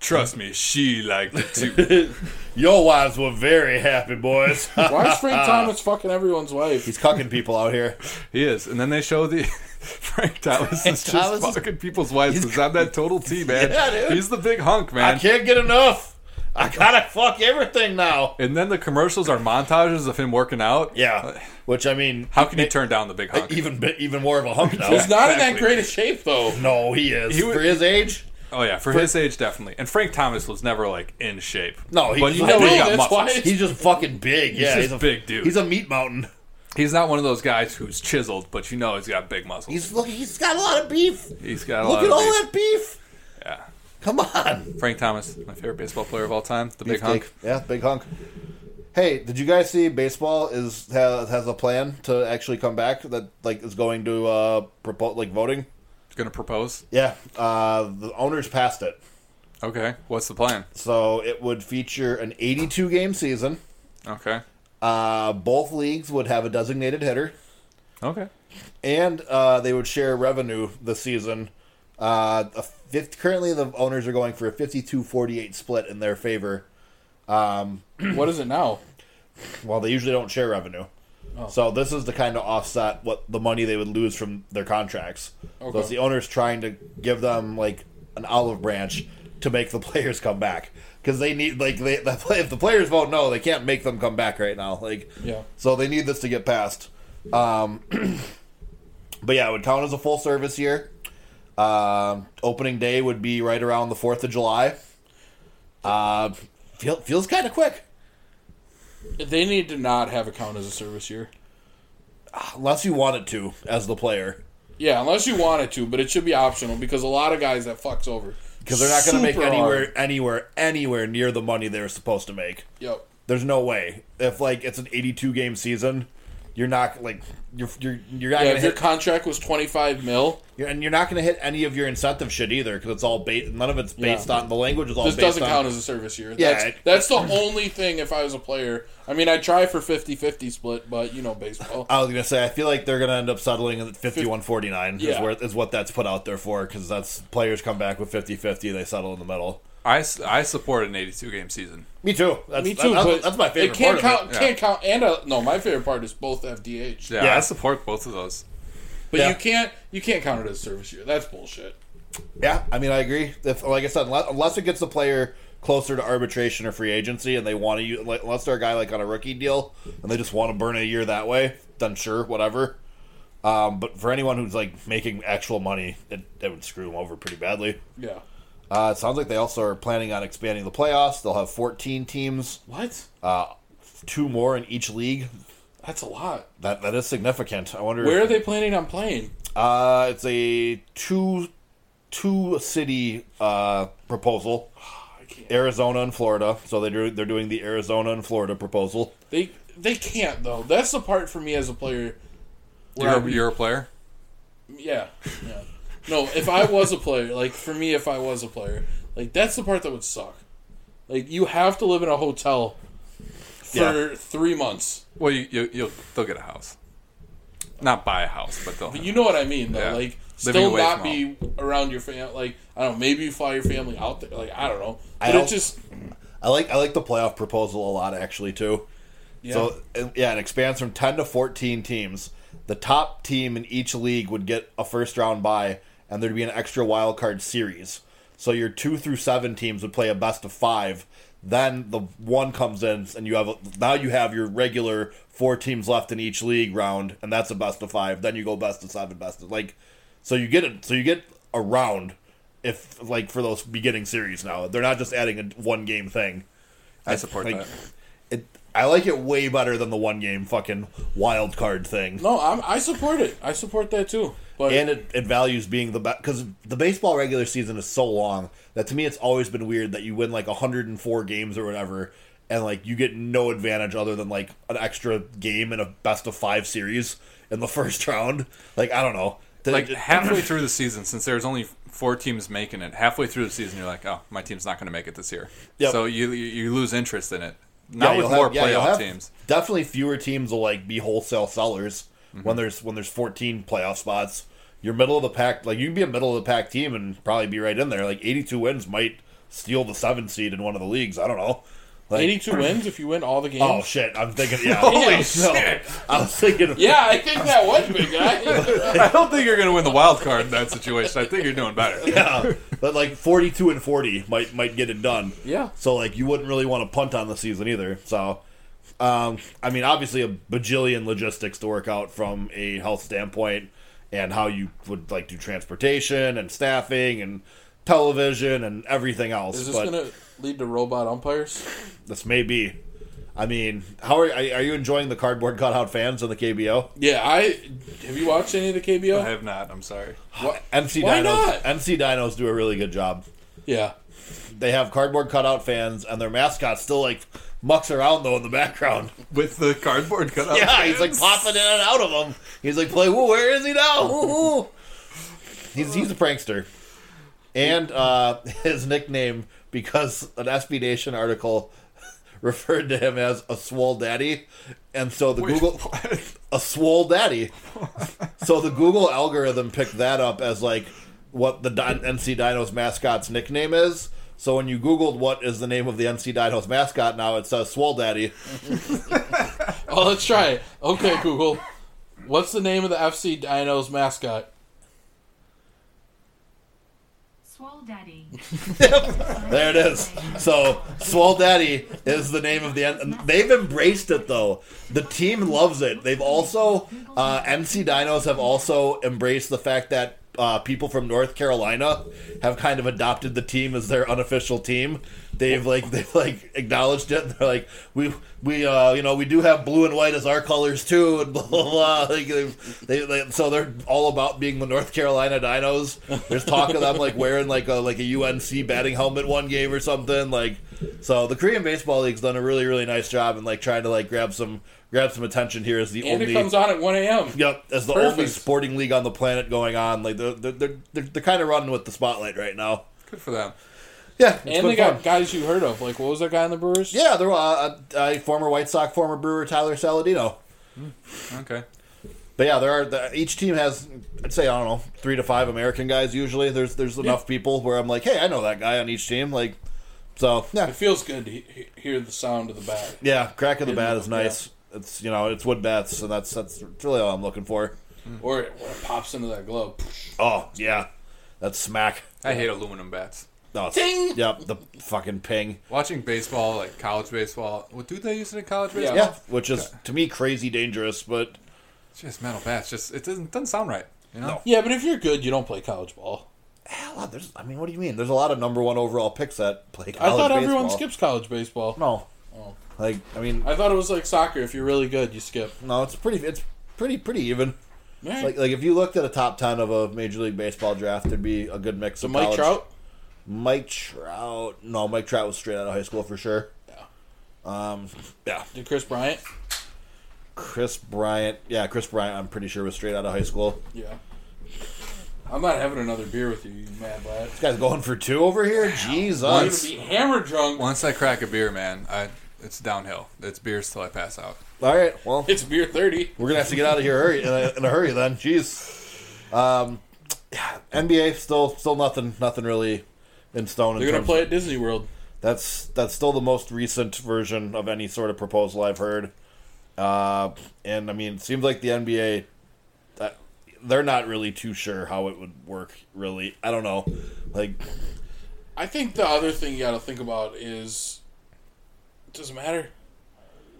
trust me, she liked it too. Your wives were very happy, boys. Why is Frank Thomas fucking everyone's wife? He's cucking people out here. he is, and then they show the. Frank Thomas is just Thomas is- fucking people's wives because I'm that total T man. Yeah, dude. He's the big hunk I man. can't get enough. I gotta fuck everything now. And then the commercials are montages of him working out. Yeah, which I mean, How can you turn down the big hunk? even bit- even more of a hunk now? He's not in that Exactly. great of shape though. no, he is would- for his age. Oh yeah, for his age definitely. And Frank Thomas was never like in shape. No, he- but you I know know, he got that's muscles. why- He's just fucking big. yeah, just he's a big dude. He's a meat mountain. He's not one of those guys who's chiseled, but you know he's got big muscles. He's look. He's got a lot of beef. he's got a Look lot at of all beef. that beef. Yeah. Come on, Frank Thomas, my favorite baseball player of all time, the big hunk. Yeah, big hunk. Hey, did you guys see baseball is has, has a plan to actually come back that like is going to uh propose like voting? He's gonna propose. Yeah, uh, the owners passed it. Okay. What's the plan? So it would feature an 82 game season. Okay. Uh, both leagues would have a designated hitter, Okay. and uh, they would share revenue this season. Uh, a fifth, currently, the owners are going for a 52 48 split in their favor. What is it now? Well, they usually don't share revenue. Oh. So this is to kind of offset what the money they would lose from their contracts. So it's Okay. the owners trying to give them like an olive branch to make the players come back because they need like they the, play- if the players vote no, they can't make them come back right now. Like Yeah. so they need this to get passed. Um, but yeah, it would count as a full service year. Um opening day would be right around the Fourth of July. Uh, feel, feels kind of quick. They need to not have it count as a service year. unless you want it to as the player Yeah, unless you want it to, but it should be optional because a lot of guys that fucks over because they're not going to make Super hard. anywhere anywhere anywhere near the money they were supposed to make Yep. there's no way if like it's an 82 game season you're not like you're you're, you're not Yeah, gonna if your hit, contract was twenty five mil, you're, and you're not gonna hit any of your incentive shit either because it's all based none of it's based Yeah. on the language is all this based doesn't on count as a service year. Yeah, That's, it- that's the only thing if I was a player. I mean, I'd try for 50-50 split, but you know baseball. I was gonna say I feel like they're gonna end up settling at 51-49 is Yeah. where is what that's put out there for because that's players come back with 50-50 they settle in the middle. I, s- I support an 82 game season. Me too. That's, Me too. That's, but that's my favorite It can't part of count. it. Yeah. Can't count. And uh no, my favorite part is both FDH. Yeah, Yeah. I support both of those. But Yeah. you can't you can't count it as service year. That's bullshit. Yeah, I mean, I agree. If, like I said, unless, unless it gets the player closer to arbitration or free agency, and they want to, like, unless they're a guy like on a rookie deal and they just want to burn a year that way, then sure, whatever. Um, but for anyone who's like making actual money, it, it would screw them over pretty badly. Yeah. Uh, it sounds like they also are planning on expanding the playoffs. They'll have 14 teams, What? uh, two more in each league. That's a lot. That that is significant. I wonder. Where are they planning on playing? Uh, it's a two two city uh, proposal. I can't. Arizona and Florida. So they do, they're doing the Arizona and Florida proposal. They they can't though. That's the part for me as a player. where I You're, would- you're a player. yeah, yeah. No, if I was a player, like for me, if I was a player, like that's the part that would suck. Like you have to live in a hotel for Yeah. three months. Well, you, you you'll they'll get a house. Not buy a house, but they'll. You know what I mean, though. Yeah. Like, Living still away not from be around your family. Like, I don't know. Maybe you fly your family out there. Like, I don't know. I But don't- it just I like I like the playoff proposal a lot actually too. yeah. So and- yeah, it expands from ten to fourteen teams. The top team in each league would get a first round bye, and there'd be an extra wild card series. So your two through seven teams would play a best of five. Then the one comes in, and you have a, now you have your regular four teams left in each league round, and that's a best of five. Then you go best of seven, best of like, so you get it. So you get a round if like for those beginning series. Now they're not just adding a one game thing. I support like, that. It, I like it way better than the one game fucking wild card thing. no, I'm, I support it. I support that too. But And it, it values being the best because the baseball regular season is so long that to me it's always been weird that you win like 104 games or whatever and like you get no advantage other than like an extra game in a best of five series in the first round. Like I don't know. That- Like it- halfway through the season, since there's only four teams making it, halfway through the season, you're like, oh, my team's not going to make it this year. Yep. So you, you you lose interest in it. Not you'll with have- more yeah, you'll playoff have- teams. Definitely fewer teams will like be wholesale sellers Mm-hmm. when there's when there's 14 playoff spots. You're middle of the pack, like you can be a middle of the pack team and probably be right in there. Like 82 wins might steal the seven seed in one of the leagues. I don't know. Like 82 wins if you win all the games. oh shit, I'm thinking yeah. Holy No, shit. I was thinking Yeah, I think that was big guy. I don't think you're going to win the wild card in that situation. I think you're doing better. yeah, but like 42 and 40 might might get it done. Yeah. So like you wouldn't really want to punt on the season either. So um I mean obviously a bajillion logistics to work out from a health standpoint and how you would like do transportation and staffing and television and everything else. Is this but gonna lead to robot umpires? this may be I mean, how are are you enjoying the cardboard cutout fans in the KBO? Yeah, I have you watched any of the KBO? I have not. I'm sorry. What- MC Why Dinos not? MC Dinos do a really good job. Yeah, They have cardboard cutout fans, and their mascot still like mucks around though in the background. With the cardboard cut out. Yeah, he's like popping in and out of them. He's like, "Play, whoa, where is he now?" Whoa, whoa." he's he's a prankster, and uh, his nickname because an SB Nation article referred to him as a swole daddy, and so the Google a swole daddy. so the Google algorithm picked that up as like what the Din- NC Dinos mascot's nickname is. So when you Googled what is the name of the NC Dinos mascot now, it says Swole Daddy. Oh, let's try it. Okay, Google. What's the name of the FC Dinos mascot? Swole Daddy. There it is. So Swole Daddy is the name of the end. They've embraced it though. The team loves it. They've also uh, MC Dinos have also embraced the fact that uh, people from North Carolina have kind of adopted the team as their unofficial team. They've like they've like acknowledged it. They're like we we uh you know we do have blue and white as our colors too and blah blah. blah. Like, they've- they, they, so they're all about being the North Carolina Dinos. There's talk of them like wearing like a like a UNC batting helmet one game or something like. So the Korean Baseball League's done a really really nice job in like trying to like grab some grab some attention here as the And only it comes on at 1 a.m. Yep, as the Perfect. only sporting league on the planet going on, like they're they're they're, they're, they're kind of running with the spotlight right now. Good for them. Yeah, it's and been they got fun. guys you heard of. Like, what was that guy in the Brewers? yeah, there were uh, a, a former White Sox, former Brewer Tyler Saladino. Okay. But yeah, there are the, each team has I'd say I don't know three to five American guys usually. There's there's enough people where I'm like, hey, I know that guy on each team. Like, so yeah, It feels good to he- he- hear the sound of the bat. yeah, crack of the bat is Yeah. nice. It's you know it's wood bats, and that's that's really all I'm looking for. or it, when it pops into that globe. Oh yeah, that's smack. I hate aluminum bats. No, it's- Ding! Yep, the fucking ping. Watching baseball, like college baseball, what do they use it in college baseball? Yeah, which is to me crazy dangerous, but It's just metal bats. Just it doesn't doesn't sound right. You know, No. Yeah, but if you're good, you don't play college ball. hell, wow, there's. I mean, what do you mean? There's a lot of number one overall picks that play. I College thought everyone baseball. skips college baseball. No, Oh. like I mean, I thought it was like soccer. If you're really good, you skip. no. It's pretty. It's pretty pretty even. Man, Like like if you looked at a top ten of a major league baseball draft, there'd be a good mix so of Mike college- Trout. Mike Trout. No, Mike Trout was straight out of high school for sure. Yeah. Um. Yeah. Did Chris Bryant? Chris Bryant. Yeah, Chris Bryant. I'm pretty sure was straight out of high school. Yeah. I'm not having another beer with you, you mad lad. This guy's going for two over here. I'm Jesus. gonna be hammer drunk. once I crack a beer, man, I it's downhill. It's beers till I pass out. All right. Well, It's beer thirty. we're gonna have to get out of here hurry, in, a, in a hurry then. Jeez. Um. yeah, NBA still still nothing nothing really in stone. in They're gonna terms play at Disney World. That's that's still the most recent version of any sort of proposal I've heard. Uh, and I mean, it seems like the NBA, that, uh, they're not really too sure how it would work. Really, I don't know. Like, I think the other thing you gotta think about is does it matter?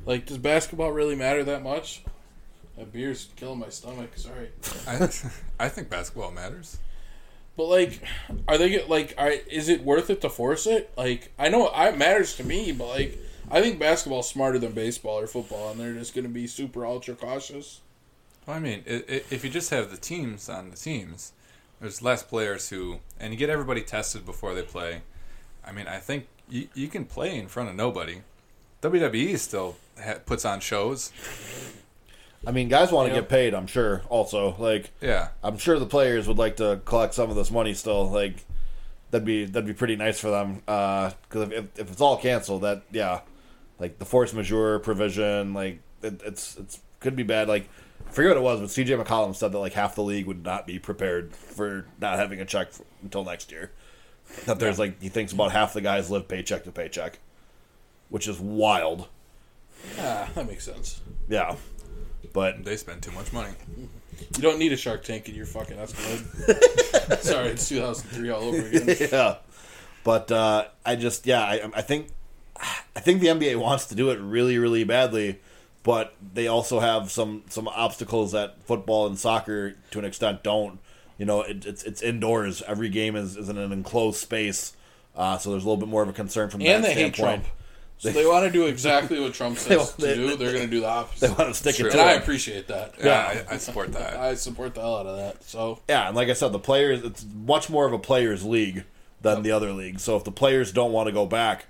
Like, does basketball really matter that much? That beer's killing my stomach, sorry. I I think basketball matters. But like, are they get like? Are, is it worth it to force it? Like, I know it matters to me, but like, I think basketball's smarter than baseball or football, and they're just going to be super ultra cautious. Well, I mean, i i if you just have the teams on the teams, there's less players who, and you get everybody tested before they play. I mean, I think you, you can play in front of nobody. WWE still ha- puts on shows. I mean, guys want to Yeah. get paid. I'm sure. Also, like, Yeah. I'm sure the players would like to collect some of this money still. Like, that'd be that'd be pretty nice for them. Because if, if if it's all canceled, that yeah, like the force majeure provision, like it, it's it's could be bad. Like, I forget what it was, but C.J. McCollum said that like half the league would not be prepared for not having a check f until next year. That there's like he thinks about half the guys live paycheck to paycheck, which is wild. Ah, that makes sense. Yeah, but They spend too much money. You don't need a Shark Tank in your fucking Escalade. sorry, it's 2003 all over again. yeah. But uh, I just yeah, I, I think I think the NBA wants to do it really, really badly, but they also have some some obstacles that football and soccer to an extent don't. You know, it, it's it's indoors. Every game is, is in an enclosed space, uh, so there's a little bit more of a concern from And that they hate standpoint. Trump. So they want to do exactly what Trump says They- to do. They're going to do They the opposite, want to stick True. it and I to 'em. appreciate that. Yeah, I, I support that. I support the hell out of that. So Yeah, and like I said, the players it's much more of a players league than the other league. So if the players don't want to go back,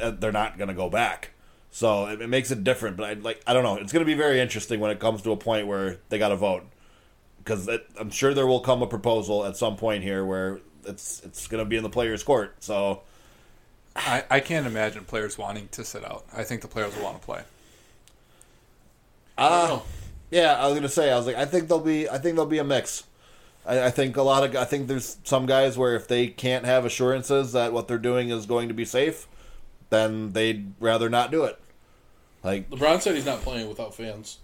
uh, they're not going to go back. So it, it makes it different. But I like I don't know. It's going to be very interesting when it comes to a point where they got to vote because I'm sure there will come a proposal at some point here where it's it's going to be in the players' court. So I, I can't imagine players wanting to sit out. I think the players will want to play. I uh, don't know. Yeah, I was gonna say. I was like, I think there'll be, I think there'll be a mix. I, I think a lot of, I think there's some guys where if they can't have assurances that what they're doing is going to be safe, then they'd rather not do it. Like LeBron said he's not playing without fans.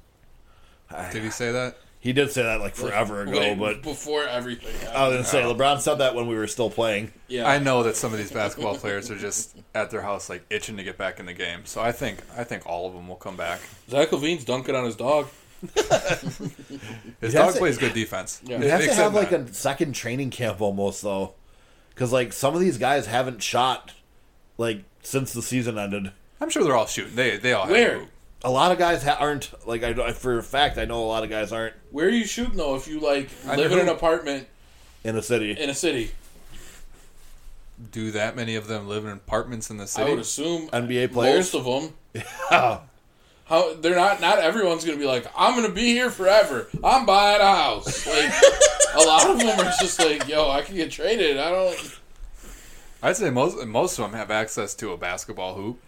Did he say that? he did say that like forever ago, Wait, but Uh, before everything, happened. I was gonna say LeBron said that when we were still playing. yeah, I know that some of these basketball players are just at their house, like itching to get back in the game. So I think I think all of them will come back. Zach Levine's dunking on his dog. His You have dog to- plays good defense. Yeah. You have to Except have like that. a second training camp almost though, because like some of these guys haven't shot like since the season ended. I'm sure they're all shooting. They they all Where? Have a hoop. A lot of guys ha- aren't like I I- for a fact I know a lot of guys aren't Where are you shooting though? If you like I live know. in an apartment in the city. in a city, do that many of them live in apartments in the I would city? assume NBA players? Oh. most of them. How they're not? Not everyone's gonna be like, I'm gonna be here forever. I'm buying a house. Like a lot of them are just like, yo, I can get traded. I don't. I'd say most most of them have access to a basketball hoop.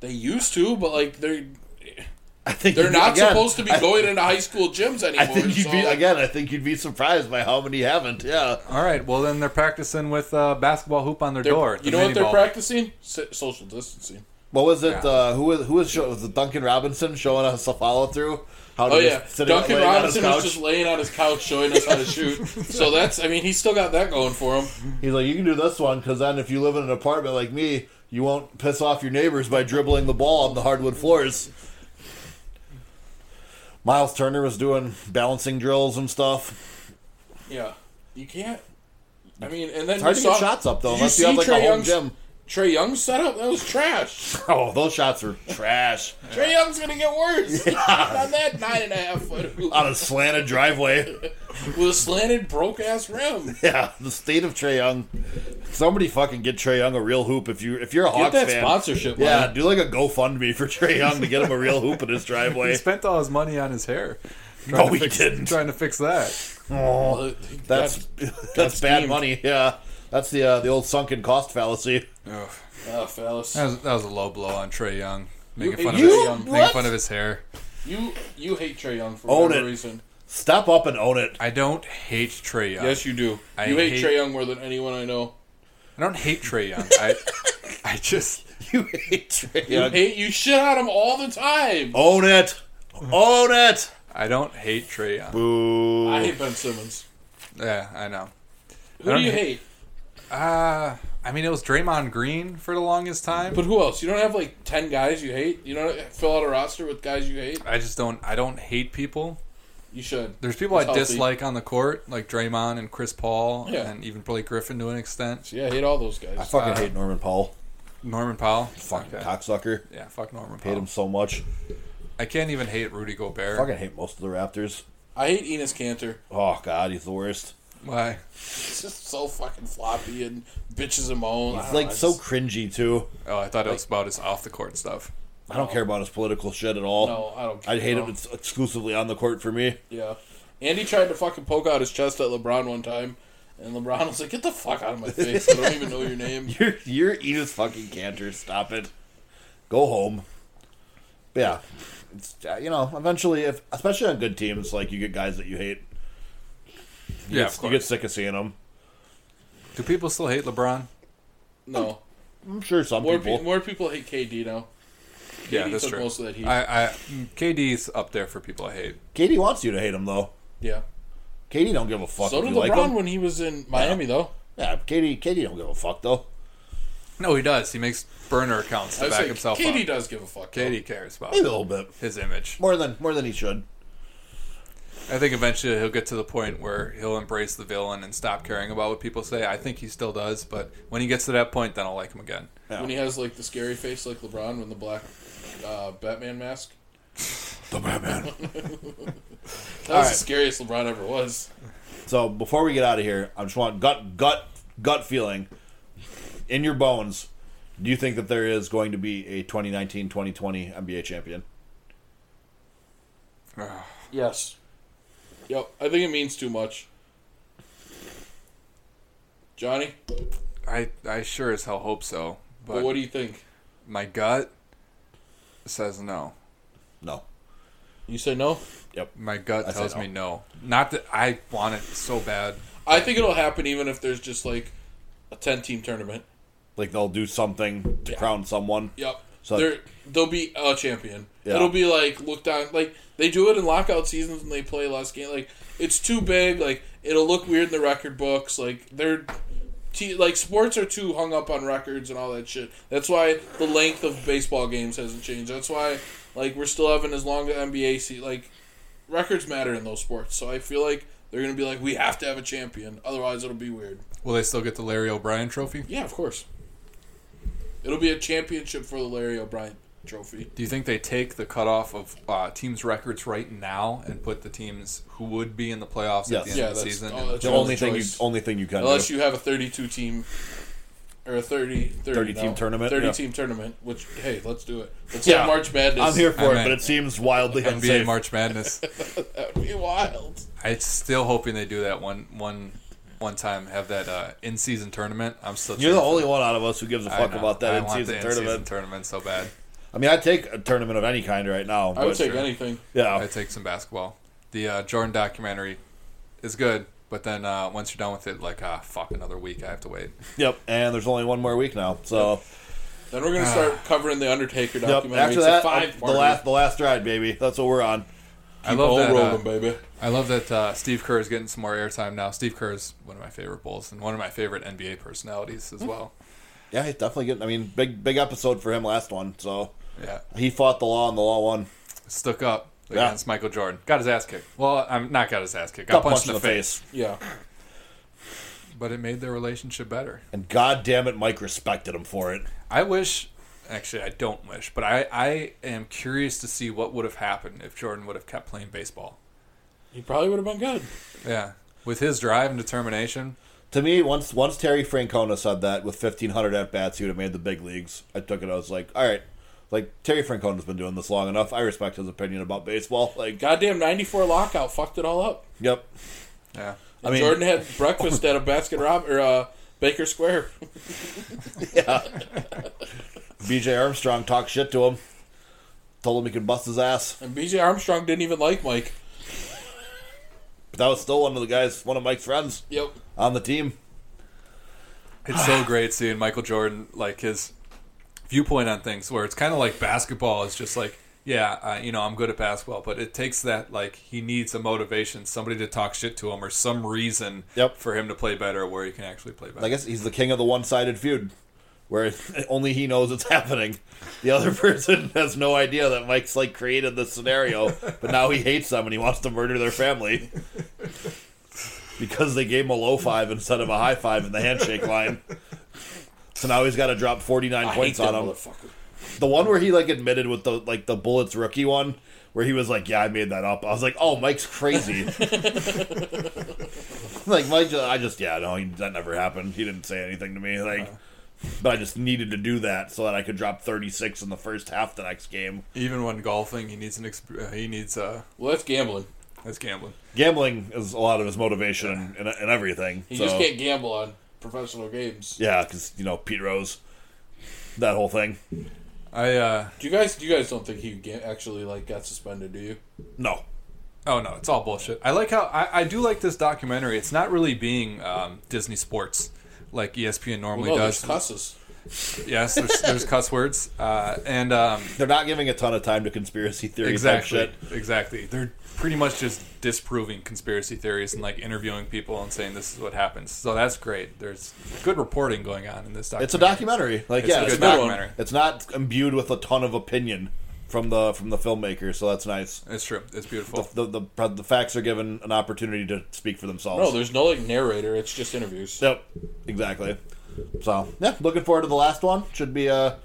They used to, but like they're I think they're you'd be- not again, supposed to be I- going into high school gyms anymore. I think you'd be so- again. I think you'd be surprised by how many haven't. Yeah, All right, well then they're practicing with a basketball hoop on their They're- door. You the know what they're mini ball. practicing? So- social distancing. What was it? Yeah. Uh, who was who was, show, was it Duncan Robinson showing us a follow through? How to Oh just yeah, sit it Duncan laying on his Robinson was couch? just laying on his couch showing us how to shoot. So that's, I mean, he's still got that going for him. He's like, you can do this one because then if you live in an apartment like me, you won't piss off your neighbors by dribbling the ball on the hardwood floors. Miles Turner was doing balancing drills and stuff. Yeah, you can't. I mean, and then It's hard you to get saw- shots up though, did unless you you have see like Trae a home Young's, gym. Trey Young's setup that was trash. Oh, those shots were trash Trey Young's gonna get worse on that nine and a half foot hoop on a slanted driveway. with a slanted broke ass rim. Yeah, the state of Trey Young. Somebody fucking get Trey Young a real hoop if you if you're a Hawks that fan. sponsorship Yeah, money. do like a GoFundMe for Trey Young to get him a real hoop in his He driveway. spent all his money on his hair. No, Trying to he fix- didn't. Trying to fix that. Oh, Uh, that's that's bad steamed. money. Yeah, that's the uh, the old sunken cost fallacy. Ugh. Oh, fellas, That was, that was a low blow on Trey Young. Making You- fun you- of his, what? making fun of his hair. you you hate Trey Young for Own whatever it. reason. Step up and own it. I don't hate Trey Young. Yes, you do. I you hate, hate- Trey Young more than anyone I know. I don't hate Trey Young. I, I just You hate Trey You hate you shit on him all the time. Own it. Own it. I don't hate Trey Young. Boo. I hate Ben Simmons. Yeah, I know. Who I do don't you hate- hate? Uh, I mean, it was Draymond Green for the longest time. But who else? You don't have like ten guys you hate. You don't fill out a roster with guys you hate. I just don't. I don't hate people. You should. There's people It's I healthy. dislike on the court, like Draymond and Chris Paul, Yeah. and even Blake Griffin to an extent. Yeah, I hate all those I guys. fucking hate Norman Powell. Norman Powell, Fucking Okay. cocksucker. Yeah, fuck Norman Hate him Powell. so much. I can't even hate Rudy Gobert. Fucking hate most of the Raptors. I hate Enos Cantor. Oh god, he's the worst. Why? It's just so fucking floppy and bitches and moans. I He's don't know, like I so just- cringy too. Oh, I thought it was about his off the court stuff. I don't care about his political shit at all. No, I don't. I'd hate no. him ex- exclusively on the court for me. Yeah. Andy tried to fucking poke out his chest at LeBron one time, and LeBron was like, "Get the fuck out of my face! I don't even know your name." You're you're Edith fucking Cantor. Stop it. Go home. But yeah, it's uh, you know eventually if especially on good teams like you get guys that you hate. You yeah, get, of you course. get sick of seeing them. Do people still hate LeBron? No, I'm sure some more people. pe- more people hate KD now. Yeah, KD that's took true. most of that heat. I, I, KD's up there for people I hate. Katie wants you to hate him though. Yeah. Katie don't give a fuck. So if did you LeBron like him. when he was in Miami, though. Yeah, Katie. Katie don't give a fuck though. No, he does. He makes burner accounts I to was back like, himself KD up. does give a fuck. though. KD cares about Maybe a little bit his image. more than more than he should. I think eventually he'll get to the point where he'll embrace the villain and stop caring about what people say. I think he still does, but when he gets to that point, then I'll like him again. when he has like the scary face like LeBron when the black uh, Batman mask. The Batman. That was the scariest LeBron ever was. So before we get out of here, I just want gut gut gut feeling in your bones. Do you think that there is going to be a 2019-2020 NBA champion? Yes. Yep. I think it means too much. Johnny, I, I sure as hell hope so, but what do you think? my gut says no. No. You say no? My gut I say tells no. me no. Not that I want it so bad. I think it'll happen even if there's just like a ten team tournament. Like they'll do something to crown someone. Yep. So- there there'll be a champion. Yeah. It'll be like looked on like they do it in lockout seasons and they play less game like it's too big, like it'll look weird in the record books, like they're te- like sports are too hung up on records and all that shit. That's why the length of baseball games hasn't changed. That's why like we're still having as long an NBA se- like records matter in those sports. So I feel like they're gonna be like we have to have a champion, otherwise it'll be weird. Will they still get the Larry O'Brien trophy? Yeah, of course. It'll be a championship for the Larry O'Brien trophy. Do you think they take the cutoff of uh, teams' records right now and put the teams who would be in the playoffs Yes. at the end Yeah, of the that's- season? oh, and- that's- The John's only thing you choice. only thing you can Unless do. you have a 32 team or a 30 30, 30 team now. tournament, 30 yeah. team tournament, which hey, let's do it. Let's Yeah. have March Madness. I'm here for I it, meant- but it seems wildly NBA unsafe. March Madness. That would be wild. I'm still hoping they do that one one one time. Have that uh, in season tournament. I'm still. You're cheering the for only one out of us who gives a that. fuck I know. about I that want in-season the in-season tournament. tournament so bad. I mean, I'd take a tournament of any kind right now. I would but- take sure. anything. Yeah. I take some basketball. The uh, Jordan documentary is good, but then uh, once you're done with it, like ah, fuck, another week I have to wait. Yep. And there's only one more week now, so Then we're gonna start covering the Undertaker Ah. Yep, documentary. after it's that, uh, a five the last the last ride, baby. That's what we're on. I love that. uh, rolling, baby. I love that uh, Steve Kerr is getting some more airtime now. Steve Kerr is one of my favorite Bulls and one of my favorite NBA personalities as well. Yeah, he's definitely good. I mean, big big episode for him last one. So Yeah, he fought the law and the law won. stuck up Yeah. against Michael Jordan. Got his ass kicked. Well, I'm not got his ass kicked. Got, punched in the, face. Yeah, but it made their relationship better. and god damn it, Mike respected him for it. I wish. Actually, I don't wish, but I, I am curious to see what would have happened if Jordan would have kept playing baseball. he probably would have been good. Yeah, with his drive and determination. To me, once once Terry Francona said that with fifteen hundred at bats, he would have made the big leagues. I took it. I was like, all right, like Terry Francona's been doing this long enough. I respect his opinion about baseball. Like, Goddamn, '94 lockout fucked it all up. yep, Yeah, I mean- Jordan had breakfast at a Basket Rob or uh, Baker Square. B.J. Armstrong talked shit to him, told him he could bust his ass. And BJ Armstrong didn't even like Mike. But that was still one of the guys, one of Mike's friends Yep. on the team. it's so great seeing Michael Jordan like his viewpoint on things, where it's kind of like basketball is just like, yeah, uh, you know, I'm good at basketball, but it takes that like he needs a motivation, somebody to talk shit to him, or some reason Yep. for him to play better, where he can actually play better. I guess he's the king of the one-sided feud, where only he knows it's happening. The other person has no idea that Mike's like created this scenario, but now he hates them and he wants to murder their family because they gave him a low five instead of a high five in the handshake line. So now he's got to drop forty-nine I hate points that on him. motherfucker. The one where he like admitted with the like the Bullets rookie one, where he was like, "Yeah, I made that up." I was like, "Oh, Mike's crazy." like Mike, ju- I just yeah, no, he, that never happened. He didn't say anything to me. Like, Uh-huh. but I just needed to do that so that I could drop thirty six in the first half the next game. Even when golfing, he needs an exp- uh, he needs uh, Well, that's gambling. that's gambling. Gambling is a lot of his motivation and, and, and everything. You so, just can't gamble on professional games. yeah, because you know Pete Rose, that whole thing. I uh, Do you guys? Do you guys don't think he ga- actually like got suspended? Do you? No, Oh no, it's all bullshit. I like how I, I do like this documentary. It's not really being um, Disney sports like E ESPN normally No, there's does. cusses. yes, there's, there's cuss words, uh, and um, they're not giving a ton of time to conspiracy theory exactly, type shit. exactly. They're pretty much just disproving conspiracy theories and like interviewing people and saying this is what happens. So that's great. There's good reporting going on in this documentary. It's a documentary. Like, It's yeah, a it's good not- documentary. It's not imbued with a ton of opinion from the from the filmmaker, so that's nice. It's true. It's beautiful. The the, the facts are given an opportunity to speak for themselves. No, there's no like narrator. It's just interviews. Yep, exactly. So yeah, looking forward to the last one. Should be a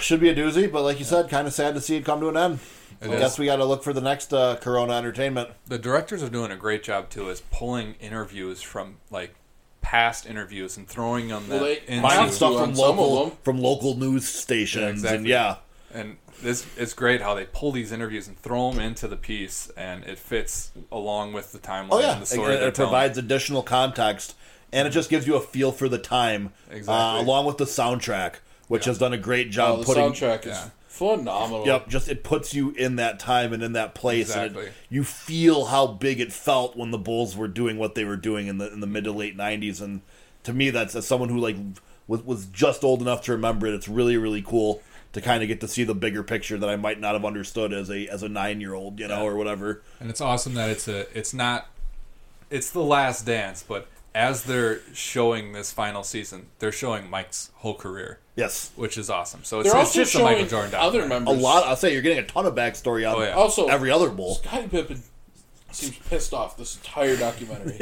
should be a doozy, but like you said, kind of sad to see it come to an end. I is. guess we got to look for the next uh, Corona Entertainment. the directors are doing a great job too, is pulling interviews from like past interviews and throwing them Well, that they- into- Mine Find too, stuff on from some of local them. from local news stations, and exactly. yeah, And this it's great how they pull these interviews and throw them into the piece, and it fits along with the timeline Oh yeah, and the story. it, it they're telling. provides additional context, and it just gives you a feel for the time, uh, Exactly. along with the soundtrack, which has done a great job Oh, the putting. soundtrack is phenomenal. Yep, just it puts you in that time and in that place, and it, Exactly. you feel how big it felt when the Bulls were doing what they were doing in the in the mid to late '90s. And to me, that's as someone who like was was just old enough to remember it. It's really really cool to kind of get to see the bigger picture that I might not have understood as a as a nine year old, you know, or whatever. and it's awesome that it's a it's not it's the last dance, but as they're showing this final season, they're showing Mike's whole career, Yes, which is awesome. So it's, They're it's also just a Michael showing Jordan other documentary. a members. lot. I'll say you're getting a ton of backstory on Oh, yeah. Also, every other bull. Scottie Pippen seems pissed off this entire documentary.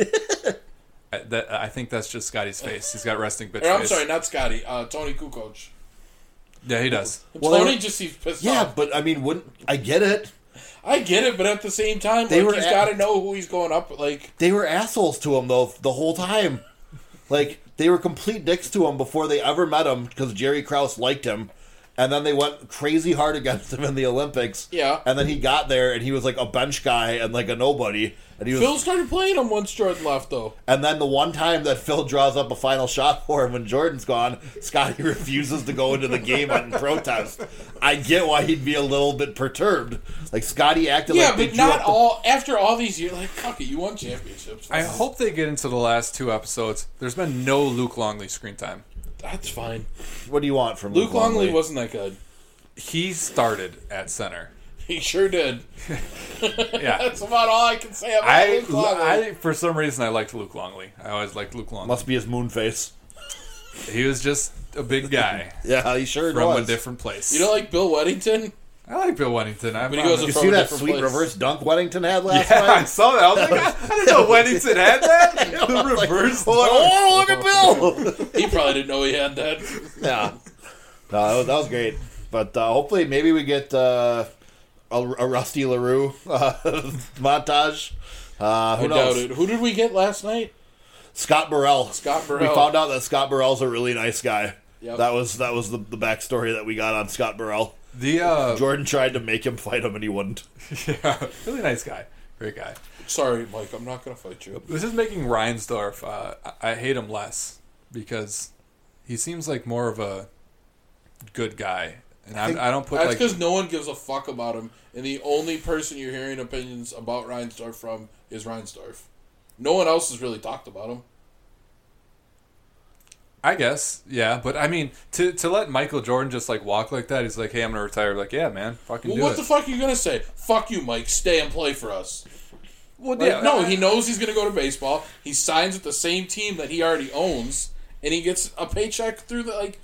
I, that, I think that's just Scotty's face. He's got resting bitch or, I'm face. sorry, not Scotty. Uh, Tony Kukoc. Yeah, he does. Well, they Tony were- just seems pissed Yeah, off. but I mean, wouldn't I get it? I get it, but at the same time, They like, were he's at- got to know who he's going up. with, Like, They were assholes to him though the whole time. Like they were complete dicks to him before they ever met him because Jerry Krause liked him, and then they went crazy hard against him in the Olympics. Yeah. and then he got there and he was like a bench guy and like a nobody, and he was. Phil started playing him once Jordan left, though. and then the one time that Phil draws up a final shot for him when Jordan's gone, Scotty refuses to go into the game in protest. I get why he'd be a little bit perturbed. Like Scotty acted Yeah, like they but drew not up the- all. After all these years, like, fuck it, you won championships. I This is- hope they get into the last two episodes. There's been no Luke Longley screen time. That's fine. What do you want from Luke Longley, Longley? wasn't that good. He started at center. He sure did. Yeah. That's about all I can say about I, Luke Longley. I for some reason I liked Luke Longley. I always liked Luke Longley. Must be his moon face. He was just a big guy Yeah, he sure from a was. different place. you don't like Bill Weddington? I like Bill Wennington. But I'm he on goes his- you from see a that different sweet place. reverse dunk Weddington had last yeah, I night? saw that. I was like, I, I didn't know Wennington had that. The I was like, reverse. oh, look at Bill! He probably didn't know he had that. Yeah. No, that was, that was great. But uh, hopefully, maybe we get uh, a, a Rusty LaRue uh, montage. Uh, who I knows? doubt it. Who did we get last night? Scott Burrell. Scott We Burrell. found out that Scott Burrell's a really nice guy. Yep. That was that was the, the backstory that we got on Scott Burrell. The uh, Jordan tried to make him fight him, and he wouldn't. yeah, really nice guy, great guy. Sorry, Mike. I'm not going to fight you. This is making Reinsdorf. Uh, I I hate him less because he seems like more of a good guy, and I, I don't put That's like because no one gives a fuck about him, and the only person you're hearing opinions about Reinsdorf from is Reinsdorf. No one else has really talked about him. I guess yeah, but I mean to to let Michael Jordan just like walk like that, he's like, hey, I'm gonna retire. Like, yeah, man, fucking Well, do what it. the fuck are you going to say? Fuck you, Mike. Stay and play for us. well, Like, yeah, no, I- he knows he's going to go to baseball. He signs with the same team that he already owns, and he gets a paycheck through the like.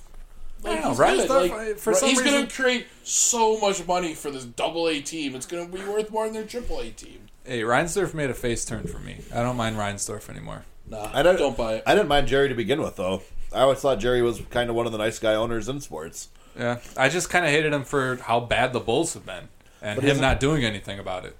like, Yeah, he's right. good. Stuff, Like, for some he's reason- going to create so much money for this double A team. It's going to be worth more than their triple A team. Hey, Reinsdorf made a face turn for me. I don't mind Reinsdorf anymore. Nah, I don't, don't, buy it. I didn't mind Jerry to begin with, though. I always thought Jerry was kind of one of the nice guy owners in sports. Yeah, I just kind of hated him for how bad the Bulls have been and But him isn't- not doing anything about it.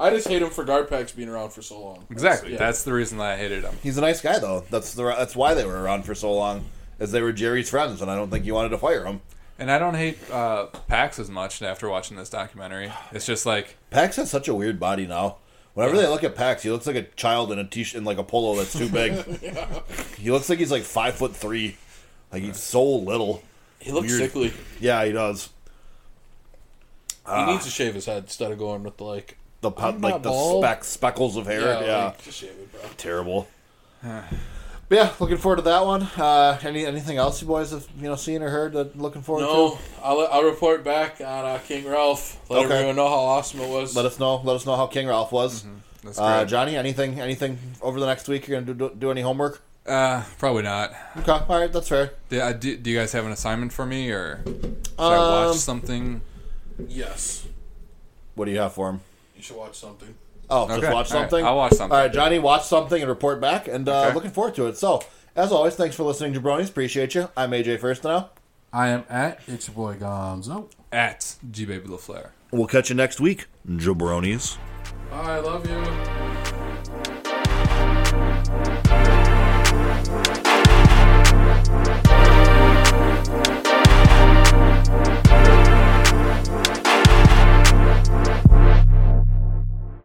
I just hate him for Garpax being around for so long. Exactly. Yeah. That's the reason that I hated him. He's a nice guy, though. That's the that's why they were around for so long, as they were Jerry's friends, and I don't think he wanted to fire him. And I don't hate uh, Pax as much after watching this documentary. It's just like, Pax has such a weird body now. Whenever they look at Pax, he looks like a child in a t in like a polo that's too big. He looks like he's like five foot three. Like he's so little. he looks weird. sickly. Yeah, he does. he needs to shave his head instead of going with like The pu- I'm like not the bald. speck, speckles of hair. Yeah, like, just shave it, bro. terrible. But yeah, looking forward to that one. Uh, any anything else you boys have you know seen or heard that looking forward to? No, I'll, I'll report back on uh, King Ralph. Let Okay. everyone know how awesome it was. Let us know. Let us know how King Ralph was. Mm-hmm. that's Uh, great. Johnny, anything anything over the next week? You're gonna do, do, do any homework? Uh, probably not. Okay, all right, that's fair. Do, I- do, do you guys have an assignment for me or should I Um, watch something? yes, What do you have for him? you should watch something. Oh, Okay, just watch all right, something. I'll watch something. All right, Johnny, watch something and report back. And uh, Okay. looking forward to it. So, as always, thanks for listening, Jabronis. Appreciate you. I'm AJ First now. I am at it's your boy Gonzo. At G Baby LaFleur. We'll catch you next week, Jabronis. I love you.